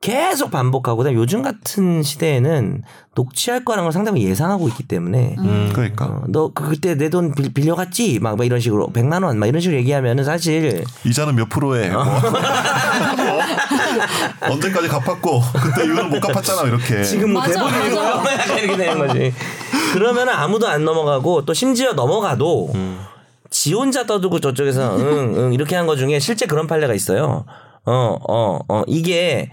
B: 계속 반복하고, 그다음에 요즘 같은 시대에는 녹취할 거라는 걸 상당히 예상하고 있기 때문에,
D: 그러니까.
B: 어, 너 그- 그때 내 돈 빌려갔지? 막, 막 이런 식으로, 100만 원, 막 이런 식으로 얘기하면은 사실,
D: 이자는 몇 프로에 뭐. 어? 언제까지 갚았고 그때 이후로 못 갚았잖아 이렇게.
B: 지금 뭐
C: 맞아,
B: 대본이
C: 맞아.
B: 얼마야 이렇게 되는 거지. 그러면 아무도 안 넘어가고 또 심지어 넘어가도 지 혼자 떠들고 저쪽에서 응, 응 이렇게 한 거 중에 실제 그런 판례가 있어요. 어, 어, 어. 이게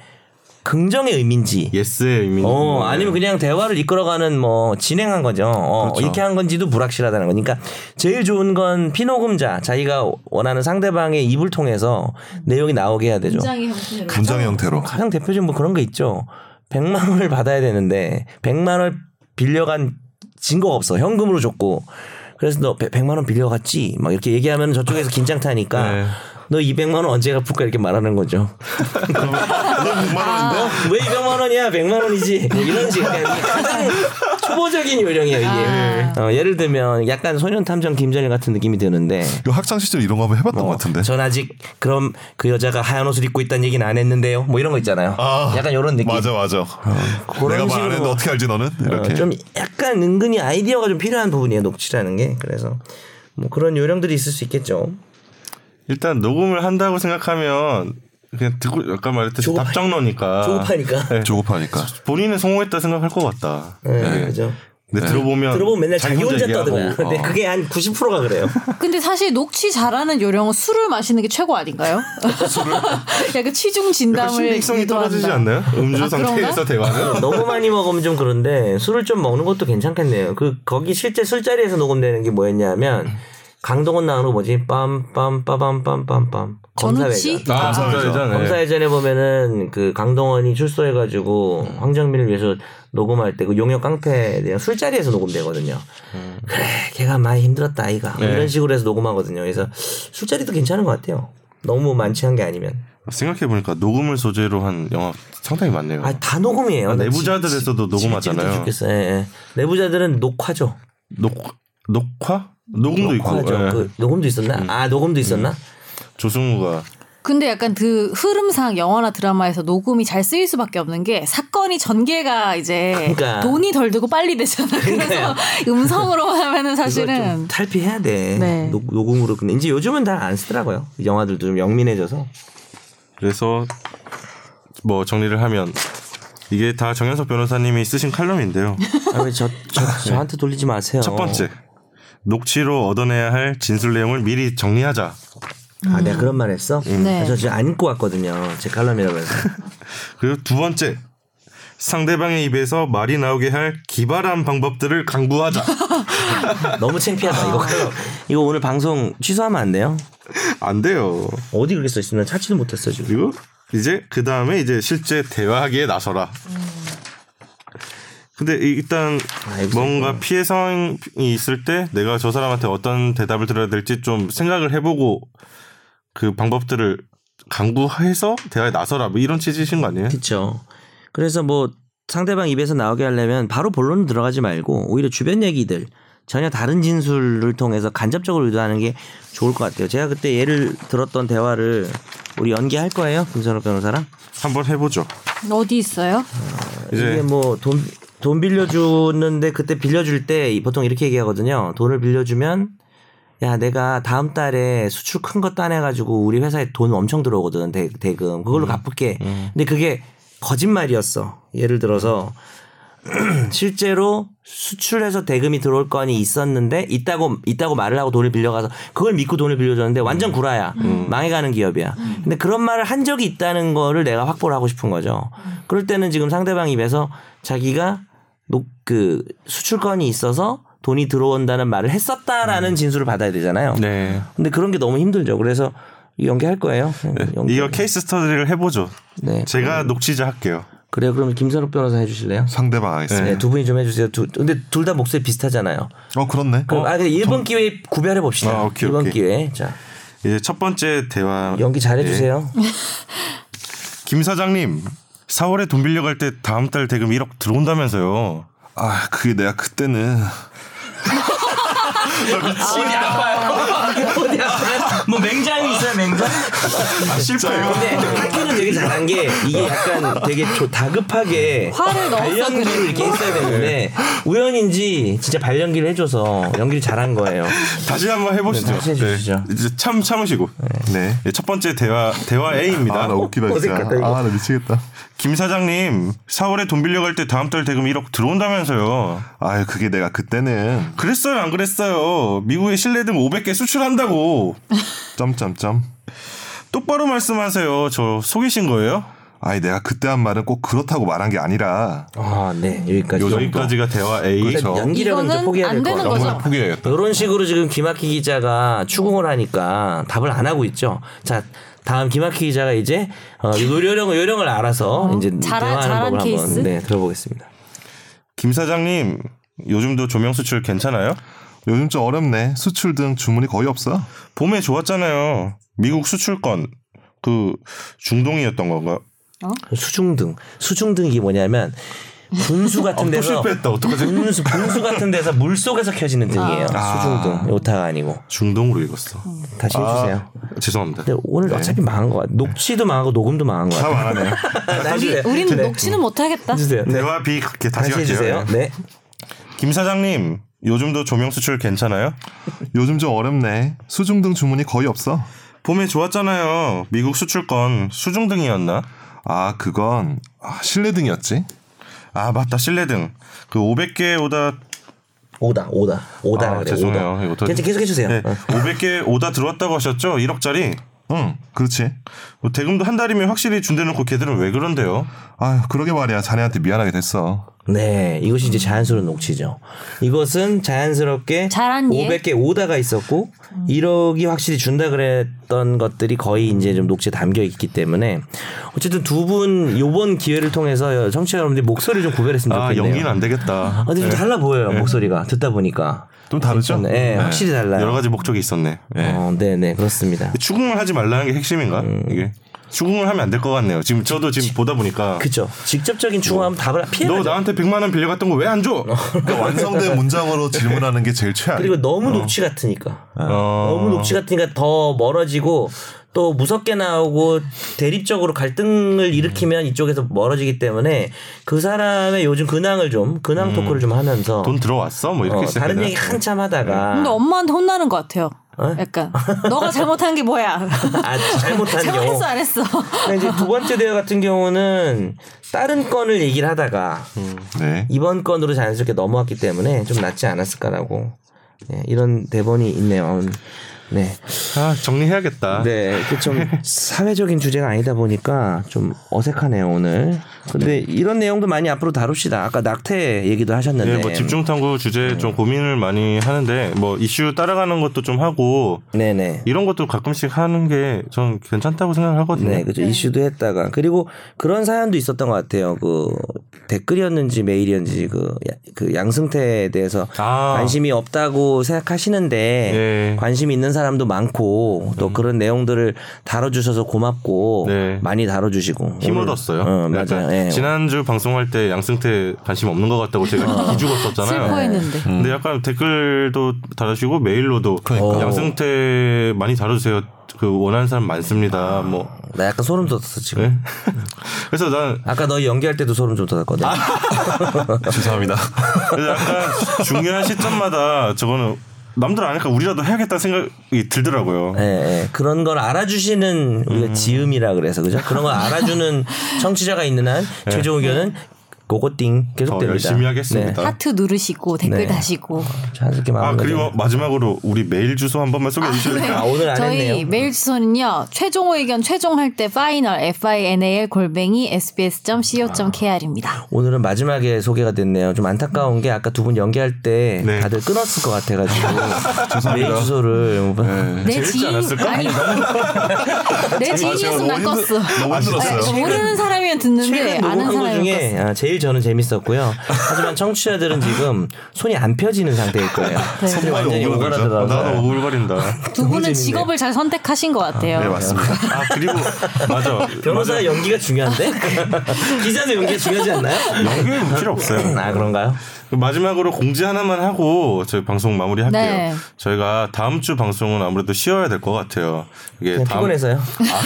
B: 긍정의 의미인지.
A: 예스의 의미.
B: 어, 아니면 그냥 대화를 이끌어가는 뭐 진행한 거죠. 어, 이렇게 한 건지도 불확실하다는 거니까 그러니까 제일 좋은 건 피노금자 자기가 원하는 상대방의 입을 통해서 내용이 나오게 해야 되죠.
C: 형태로.
D: 문장의 형태로.
B: 가장 대표적인 뭐 그런 거 있죠. 100만 원을 받아야 되는데 100만 원 빌려간 증거가 없어. 현금으로 줬고. 그래서 너 100만 원 빌려갔지? 막 이렇게 얘기하면 저쪽에서 긴장
D: (laughs)
B: 타니까
A: 네.
B: 너 200만 원 언제 갚을까 이렇게 말하는 거죠.
D: 아.
B: 뭐? 왜 200만 원이야? 100만 원이지. 뭐 이런 식의 가장 초보적인 요령이에요, 이게. 어, 예를 들면 약간 소년 탐정 김전일 같은 느낌이 드는데
D: 이거 학창 시절 이런 거 한번 해봤던 것 같은데.
B: 전 아직 그럼 그 여자가 하얀 옷을 입고 있다는 얘기는 안 했는데요. 뭐 이런 거 있잖아요. 약간 이런 느낌.
D: 맞아 맞아.
B: 그런
D: 내가
B: 식으로.
D: 말안 했는데 어떻게 알지 너는? 이렇게.
B: 어, 좀 약간 은근히 아이디어가 좀 필요한 부분이에요 녹취라는 게 그래서 뭐 그런 요령들이 있을 수 있겠죠
A: 일단 녹음을 한다고 생각하면 그냥 듣고 아까 말했듯이
B: 조급하-
A: 답정너니까.
B: (laughs) 조급하니까
A: 네.
D: 조급하니까.
A: 본인은 성공했다 생각할 것 같다.
B: 네, 그죠
A: 근데 들어보면
B: 들어보면 맨날 자기 혼자
A: 아, 얘기하고
B: 떠들어요 근데 그게 한 90%가 그래요 (laughs)
C: 근데 사실 녹취 잘하는 요령은 술을 마시는 게
B: (laughs)
C: 최고 아닌가요? 술을? (laughs) 약간 취중
A: 약간
C: 진담을
A: 신빙성이 떨어지지
C: 유도한다.
A: 않나요? 음주
C: 아,
A: 상태에서
C: 그런가?
A: 대화는
B: 너무 많이 먹으면 좀 그런데 술을 좀 먹는 것도 괜찮겠네요 그 거기 실제 술자리에서 녹음되는 게 뭐였냐면 강동원 나오는 거 뭐지 빰빰빠밤빰빰빰빰 검사회가
C: 전우치?
A: 아, 감사하잖아요.
B: 검사 예전에 보면은 그 강동원이 출소해가지고
A: 음.
B: 황정민을 위해서 녹음할 때 그 용역 깡패에 대한 술자리에서 녹음되거든요. 그래, 걔가 많이 힘들었다 아이가
A: 네.
B: 뭐 이런 식으로 해서 녹음하거든요. 그래서 술자리도 괜찮은 것 같아요. 너무 만취한 게 아니면
A: 생각해 보니까 녹음을 소재로 한 영화 상당히 많네요.
B: 아 다 녹음이에요.
A: 아, 내부자들에서도
B: 지- 지-
A: 녹음하잖아요.
B: 죽겠어. 예, 예. 내부자들은 녹화죠.
A: 녹 녹화 녹음도 있고
B: 녹화죠.
A: 예. 음.
B: 그 녹음도 있었나? 아 녹음도 있었나?
A: 조승우가
C: 근데 약간 그 흐름상 영화나 드라마에서 녹음이 잘 쓰일 수밖에 없는 게 사건이 전개가 이제
B: 그러니까.
C: 돈이 덜 들고 빨리 되잖아요. 그래서 음성으로
B: 그걸 좀
C: 하면은 사실은
B: 탈피해야 돼.
C: 네.
B: 녹, 녹음으로. 근데 이제 요즘은 다 안 쓰더라고요. 영화들도 좀 영민해져서.
A: 그래서 뭐 정리를 하면 이게 다 정현석 변호사님이 쓰신 칼럼인데요.
B: 아, 왜 저, 저, 저한테 돌리지 마세요.
A: 첫 번째 녹취로 얻어내야 할 진술 내용을 미리 정리하자.
B: 아, 내가 그런 말 했어?
C: 네.
B: 아, 저 지금 안 입고 왔거든요. 제 칼럼이라면서. (laughs)
A: 그리고 두 번째 상대방의 입에서 말이 나오게 할 기발한 방법들을 (laughs) 강구하자.
B: 너무 창피하다. 이거 칼럼. 이거 오늘 방송 취소하면 안 돼요?
A: 안 돼요.
B: 어디 그렇게 써있어? 난 찾지도 못했어, 지금.
A: 그리고 이제 그 다음에 이제 실제 대화하기에 나서라.
B: 음.
A: 근데 이- 일단
B: 아, 이거
A: 뭔가 피해 상황이 있을 때 내가 저 사람한테 어떤 대답을 들어야 될지 좀 생각을 해보고 그 방법들을 강구해서 대화에 나서라 뭐 이런 취지신 거 아니에요?
B: 그렇죠. 그래서 뭐 상대방 입에서 나오게 하려면 바로 본론 들어가지 말고 오히려 주변 얘기들 전혀 다른 진술을 통해서 간접적으로 유도하는 게 좋을 것 같아요. 제가 그때 예를 들었던 대화를 우리 연기할 거예요, 김선호 변호사랑.
A: 한번 해보죠.
C: 어디 있어요?
A: 이제
B: 이게 뭐 돈 돈 빌려주는데 그때 빌려줄 때 이- 보통 이렇게 얘기하거든요. 돈을 빌려주면 야 내가 다음 달에 수출 큰 거 따내가지고 우리 회사에 돈 엄청 들어오거든 대, 금
A: 음.
B: 그걸로 갚을게. 근데 그게 거짓말이었어. 예를 들어서 실제로 수출해서 대금이 들어올 건이 있었는데 있다고 있다고 말을 하고 돈을 빌려가서 그걸 믿고 돈을 빌려줬는데
A: 음.
B: 완전 구라야 망해가는 기업이야 근데 그런 말을 한 적이 있다는 거를 내가 확보를 하고 싶은 거죠
A: 음.
B: 그럴 때는 지금 상대방 입에서 자기가 녹- 그 수출 건이 있어서 돈이 들어온다는 말을 했었다라는 진술을 받아야 되잖아요
A: 음. 네.
B: 근데 그런 게 너무 힘들죠 그래서 연기할 거예요 연기.
A: 이거 케이스 스터디를 해보죠.
B: 네.
A: 제가 녹취자 할게요.
B: 그래요 그럼 김선욱 변호사 해주실래요?
E: 상대방 알겠습니다.
B: 네, 두 분이 좀 해주세요. 두, 근데 둘 다 목소리 비슷하잖아요.
E: 어 그렇네.
B: 그럼 아, 근데 일본 기회 구별해 봅시다.
A: 아, 오케이,
B: 일본
A: 오케이.
B: 기회. 자,
A: 이제 첫 번째 대화.
B: 연기 잘해 주세요.
A: 네. 김 사장님, 4월에 돈 빌려갈 때 다음 달 대금 1억 들어온다면서요.
E: 아 그게 내가 그때는
B: 집이 아파요. 어디 아파요? 뭐 맹장이 있어요, 맹장?
E: 실패요.
B: (laughs) 근데 학교는 되게 잘한 게 이게 약간 되게 조- 다급하게
C: 화를 넣었어,
B: 발연기를 이렇게 했어야 되는데 우연인지 진짜 발연기를 해줘서 연기를 잘한 거예요.
A: 다시 한번 해보시죠.
B: 네, 다시 해주시죠.
A: 네, 이제 참 참으시고.
E: 네.
A: 예, 첫 번째 대화 대화 A입니다.
E: 아 나 웃기다 진짜.
B: 어색하다, 이거.
E: 아 나 미치겠다.
A: 김 사장님, 4월에 돈 빌려갈 때 다음 달 대금 1억 들어온다면서요.
E: 아유 그게 내가 그때는
A: 그랬어요, 안 그랬어요. 미국에 실내등 500개 수출한다고.
E: 점점점.
A: 똑바로 말씀하세요. 저 속이신 거예요?
E: 아니 내가 그때 한 말은 꼭 그렇다고 말한 게 아니라
B: 아, 네 여기까지.
A: 여기까지가 대화 A.
E: 그렇죠.
B: 연기력은 좀
C: 이거는
B: 포기해야 될
C: 안
B: 것
C: 되는
B: 같아요.
C: 거죠.
E: 영혼을 포기해야겠다.
B: 이런 식으로 지금 김학기 기자가 추궁을 하니까 답을 안 하고 있죠. 자, 다음 김학기 기자가 이제 어, 요령, 요령을 알아서 이제
C: 어, 잘한-
B: 대화하는
C: 잘한
B: 법을
C: 케이스?
B: 한번 네, 들어보겠습니다.
A: 김 사장님, 요즘도 조명 수출 괜찮아요?
E: 요즘 좀 어렵네. 수출 등 주문이 거의 없어.
A: 봄에 좋았잖아요. 미국 수출권 그 중동이었던 건가?
B: 수중등. 수중등이 뭐냐면 분수 같은 데서
A: 어, 실패했다. 어떡하지? 아.
B: 분수, 분수 같은 데서 물 속에서 켜지는 등이에요. 수중등. 요타가 아니고.
A: 중동으로 읽었어.
B: 다시
A: 아.
B: 해주세요.
A: 죄송합니다.
B: 근데 오늘 어차피 망한 것 같아. 녹취도 망하고 녹음도 망한 것 같아. (laughs) 네.
A: 말하네요.
C: 우리 우리는 녹지는 못하겠다.
B: 해주세요. 네.
A: 대화 B 가- 다시
B: 다시 해주세요.
A: 갈게요.
B: 네.
A: 김 사장님, 요즘도 조명 수출 괜찮아요?
E: 요즘 좀 어렵네. 수중 등 주문이 거의 없어.
A: 봄에 좋았잖아요. 미국 수출권 수중등이었나?
E: 아 그건 아, 실내 등이었지.
A: 아 맞다 실내등 그 500개 오다
B: 오다, 오다, 오다.
A: 아,
B: 그래,
A: 죄송해요. 이거
B: 오다.
A: 더-
B: 괜찮, 계속 해주세요.
A: 네,
B: 어.
A: 500개 오다 들어왔다고 하셨죠? 1억짜리
E: 응, 그렇지.
A: 뭐 대금도 한 달이면 확실히 준대놓고 걔들은 왜 그런데요?
E: 아유 그러게 말이야. 자네한테 미안하게 됐어.
B: 네, 이것이
C: 음.
B: 이제 자연스러운 녹취죠. 이것은 자연스럽게
C: 잘한 음. 예.
B: 500개 오다가 있었고 1억이 확실히 준다 그랬던 것들이 거의 이제 좀 녹취에 담겨 있기 때문에 어쨌든 두 분 요번 기회를 통해서 청취자 여러분들 목소리를 좀 구별했으면
A: 아
B: 좋겠네요.
A: 연기는 네. 안 되겠다.
B: 아, 근데 좀 달라 보여요 목소리가 듣다 보니까.
E: 좀 다르죠?
B: 네, 확실히 달라요.
A: 여러 가지 목적이 있었네. 예.
B: 어, 네, 네, 그렇습니다.
A: 추궁을 하지 말라는 게 핵심인가?
B: 음.
A: 이게 추궁을 하면 안 될 것 같네요. 지금 저도 지금 보다 보니까
B: 그죠. 직접적인 추궁하면 답을
A: 뭐, 너
B: 피해야죠.
A: 나한테 100만 원 빌려갔던 거 왜 안 줘?
E: 그러니까
C: (laughs)
E: 완성된 문장으로 질문하는 게 제일 최악.
A: 네.
B: 그리고 너무 녹취 같으니까.
A: 어.
B: 너무 녹취 같으니까 더 멀어지고 또 무섭게 나오고 대립적으로 갈등을 일으키면 이쪽에서 멀어지기 때문에 그 사람의 요즘 근황을 좀 근황 토크를 좀 하면서
A: 음. 돈 들어왔어? 뭐 이렇게
B: 어,
A: 시작해야
B: 다른
A: 되나? 음.
B: 얘기 한참 하다가
C: 근데 엄마한테 혼나는 것 같아요. 약간 너가 잘못한 게 뭐야?
B: 어? 아 잘못한 경우
C: (laughs) 잘못했어 안 했어?
B: 근데 이제 두 번째 대화 같은 경우는 다른 건을 얘기를 하다가
A: 음.
E: 네.
B: 이번 건으로 자연스럽게 넘어왔기 때문에 좀 낫지 않았을까라고 예, 이런 대본이 있네요. 네,
A: 아, 정리해야겠다.
B: 네, 이게 좀 사회적인 주제가 아니다 보니까 좀 어색하네요 오늘.
A: 네.
B: 근데 이런 내용도 많이 앞으로 다룹시다. 아까 낙태 얘기도 하셨는데,
A: 네, 뭐 집중 탐구 주제 좀 고민을 많이 하는데 뭐 이슈 따라가는 것도 좀 하고
B: 네네.
A: 이런 것도 가끔씩 하는 게 전 괜찮다고 생각하거든요.
B: 네, 그죠. 이슈도 했다가 그리고 그런 사연도 있었던 것 같아요. 그 댓글이었는지 메일이었는지 그, 야- 그 양승태에 대해서
A: 아.
B: 관심이 없다고 생각하시는데
A: 네.
B: 관심 있는 사람도 많고 또 그런 내용들을 다뤄주셔서 고맙고
A: 네.
B: 많이 다뤄주시고
A: 힘
B: 오늘-
A: 얻었어요.
B: 어, 맞아요.
A: 약간
B: 예.
A: 지난주 방송할 때 양승태 관심 없는 것 같다고
B: 어.
A: 제가 기죽었었잖아요 네.
C: 슬퍼했는데.
A: 근데 약간 댓글도 달아주시고 메일로도
B: 그러니까.
A: 양승태 많이 달아주세요. 그 원하는 사람 많습니다. 뭐
B: 나 약간 소름 돋았어 지금.
A: 네? (laughs) 그래서 난
B: 아까 너 연기할 때도 소름 좀 돋았거든.
A: 아.
E: 죄송합니다.
A: 그래서 약간 중요한 시점마다 저거는 남들 아니까 우리라도 해야겠다 생각이 들더라고요.
B: 예, 예. 그런 걸 알아주시는 우리가 지음이라 그래서 그죠? 그런
A: (laughs)
B: 걸 알아주는 청취자가 있는 한 최종 의견은 고고띵
A: 예. 더
B: 계속됩니다.
A: 열심히 하겠습니다.
C: 하트 누르시고 댓글
B: 네.
C: 다시고.
B: 네. 자연스럽게
A: 아
B: 마무리.
A: 그리고 마지막으로 우리 메일 주소 한 번만 소개해 주실래요?
B: 아, 오늘 안
C: 네. 저희
B: 했네요.
C: 메일 주소는요. 최종 의견 최종할 때 파이널 f i n a l 골뱅이 s b s c o k r 입니다.
B: 오늘은 마지막에 소개가 됐네요. 좀 안타까운 게 아까 두 분 연기할 때
A: 네.
B: 다들 끊었을 것
A: (laughs)
B: 같아가지고 메일 주소를 뭐
A: 네.
C: 내 지인
A: 않았을까?
C: 아니 (laughs) 내 지인이었으면 나
E: 너무 힘들-
C: 껐어.
E: 너무 힘들었어요.
C: 아니, 모르는 사람이면 듣는데
B: 최근
C: 아는
B: 녹음한 것
C: 사람이면
B: 중에 아, 제일 저는 재밌었고요. 하지만 청취자들은 지금 손이 안 펴지는 상태일 거예요.
C: 네.
B: 손이 완전히
A: 오글거리죠. 나도
B: 오그라들어서
A: 오글거린다.
C: 껐어. 두 분은
B: 재밌네.
C: 직업을 잘 선택하신 것 같아요.
E: 네 맞습니다.
A: 아 그리고 맞아.
B: 변호사 의 연기가 중요한데 (laughs) 기자의 연기가 중요하지
A: (clears throat)
B: 않나요?
A: 연기는 뭐 필요 없어요.
B: 아 그런가요?
A: 마지막으로 공지 하나만 하고 저희 방송 마무리할게요.
C: 네.
A: 저희가 다음 주 방송은 아무래도 쉬어야 될 것 같아요. 이게
B: 그냥
A: 다음- 아.
B: 피곤해서요.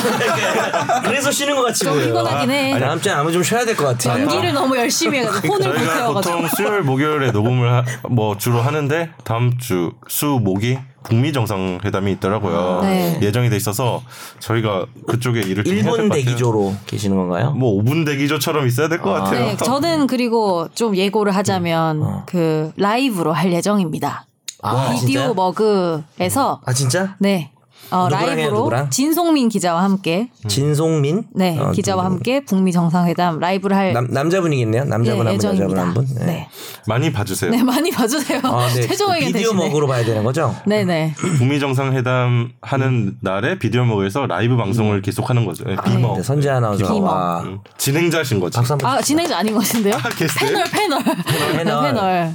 B: (laughs) 그래서 쉬는 것 같이
C: 좀
B: 보여요.
C: 피곤하긴 해.
B: 아, 다음 주에 아무 좀 쉬어야 될 것 같아요.
C: 연기를 너무 열심히 해가지고 혼을 못
A: 그러니까 저희가
C: 태워가지고.
A: 보통 수요일 목요일에 녹음을 하- 뭐 주로 하는데 다음 주 수 목이 북미 정상회담이 있더라고요.
C: 네.
A: 예정이 돼 있어서 저희가 그쪽에 일을 좀 해야 될것
B: 일본
A: 같아요.
B: 대기조로 계시는 건가요?
A: 뭐 5분 대기조처럼 있어야 될 것 같아요.
C: 네, 저는 그리고 좀 예고를 하자면 그 라이브로 할 예정입니다.
B: 아, 진짜요?
C: 비디오 머그에서
B: 아 진짜?
C: 네 어,
B: 누구랑 해요,
C: 라이브로
B: 누구랑?
C: 진송민 기자와 함께
A: 음.
B: 진송민?
C: 네
B: 어,
C: 기자와
B: 진-
C: 함께 북미 정상회담 라이브를 할
B: 남, 남자분이겠네요. 남자분 한
C: 예,
B: 분, 여자분
C: 예정입니다.
B: 한 분.
C: 네. 네.
A: (laughs) 많이 봐주세요.
C: 많이 봐주세요.
B: 아, 네.
C: 최종 의견
B: 비디오
C: 대신에.
B: 먹으러 봐야 되는 거죠?
C: 네네.
A: 북미 정상회담 하는 날에 비디오 먹에서 라이브 방송을 계속하는 거죠. 네, 비머
B: 네, 선재 아나운서가
C: 비머.
B: 와.
A: 음, 진행자신 거죠.
B: 박수 한번
C: 아 진행자 아닌 것 같은데요?
A: 게스트?
C: 패널 패널
B: 패널.
C: 패널.
B: 패널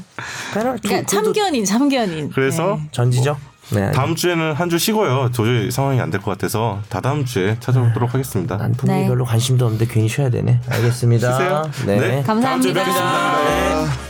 C: 그러니까
B: 두- 그래도
C: 참견인 참견인.
A: 그래서
B: 전지적? 네.
A: 다음 주에는 한 주 쉬고요. 도저히 상황이 안 될 것 같아서 다다음 주에 찾아오도록 하겠습니다.
B: 난 분이
C: 네.
B: 별로 관심도 없는데 괜히 쉬어야 되네. 알겠습니다.
A: 쉬세요.
B: 네.
A: 네.
C: 감사합니다.
A: 다음 주에 뵙겠습니다.
B: 네.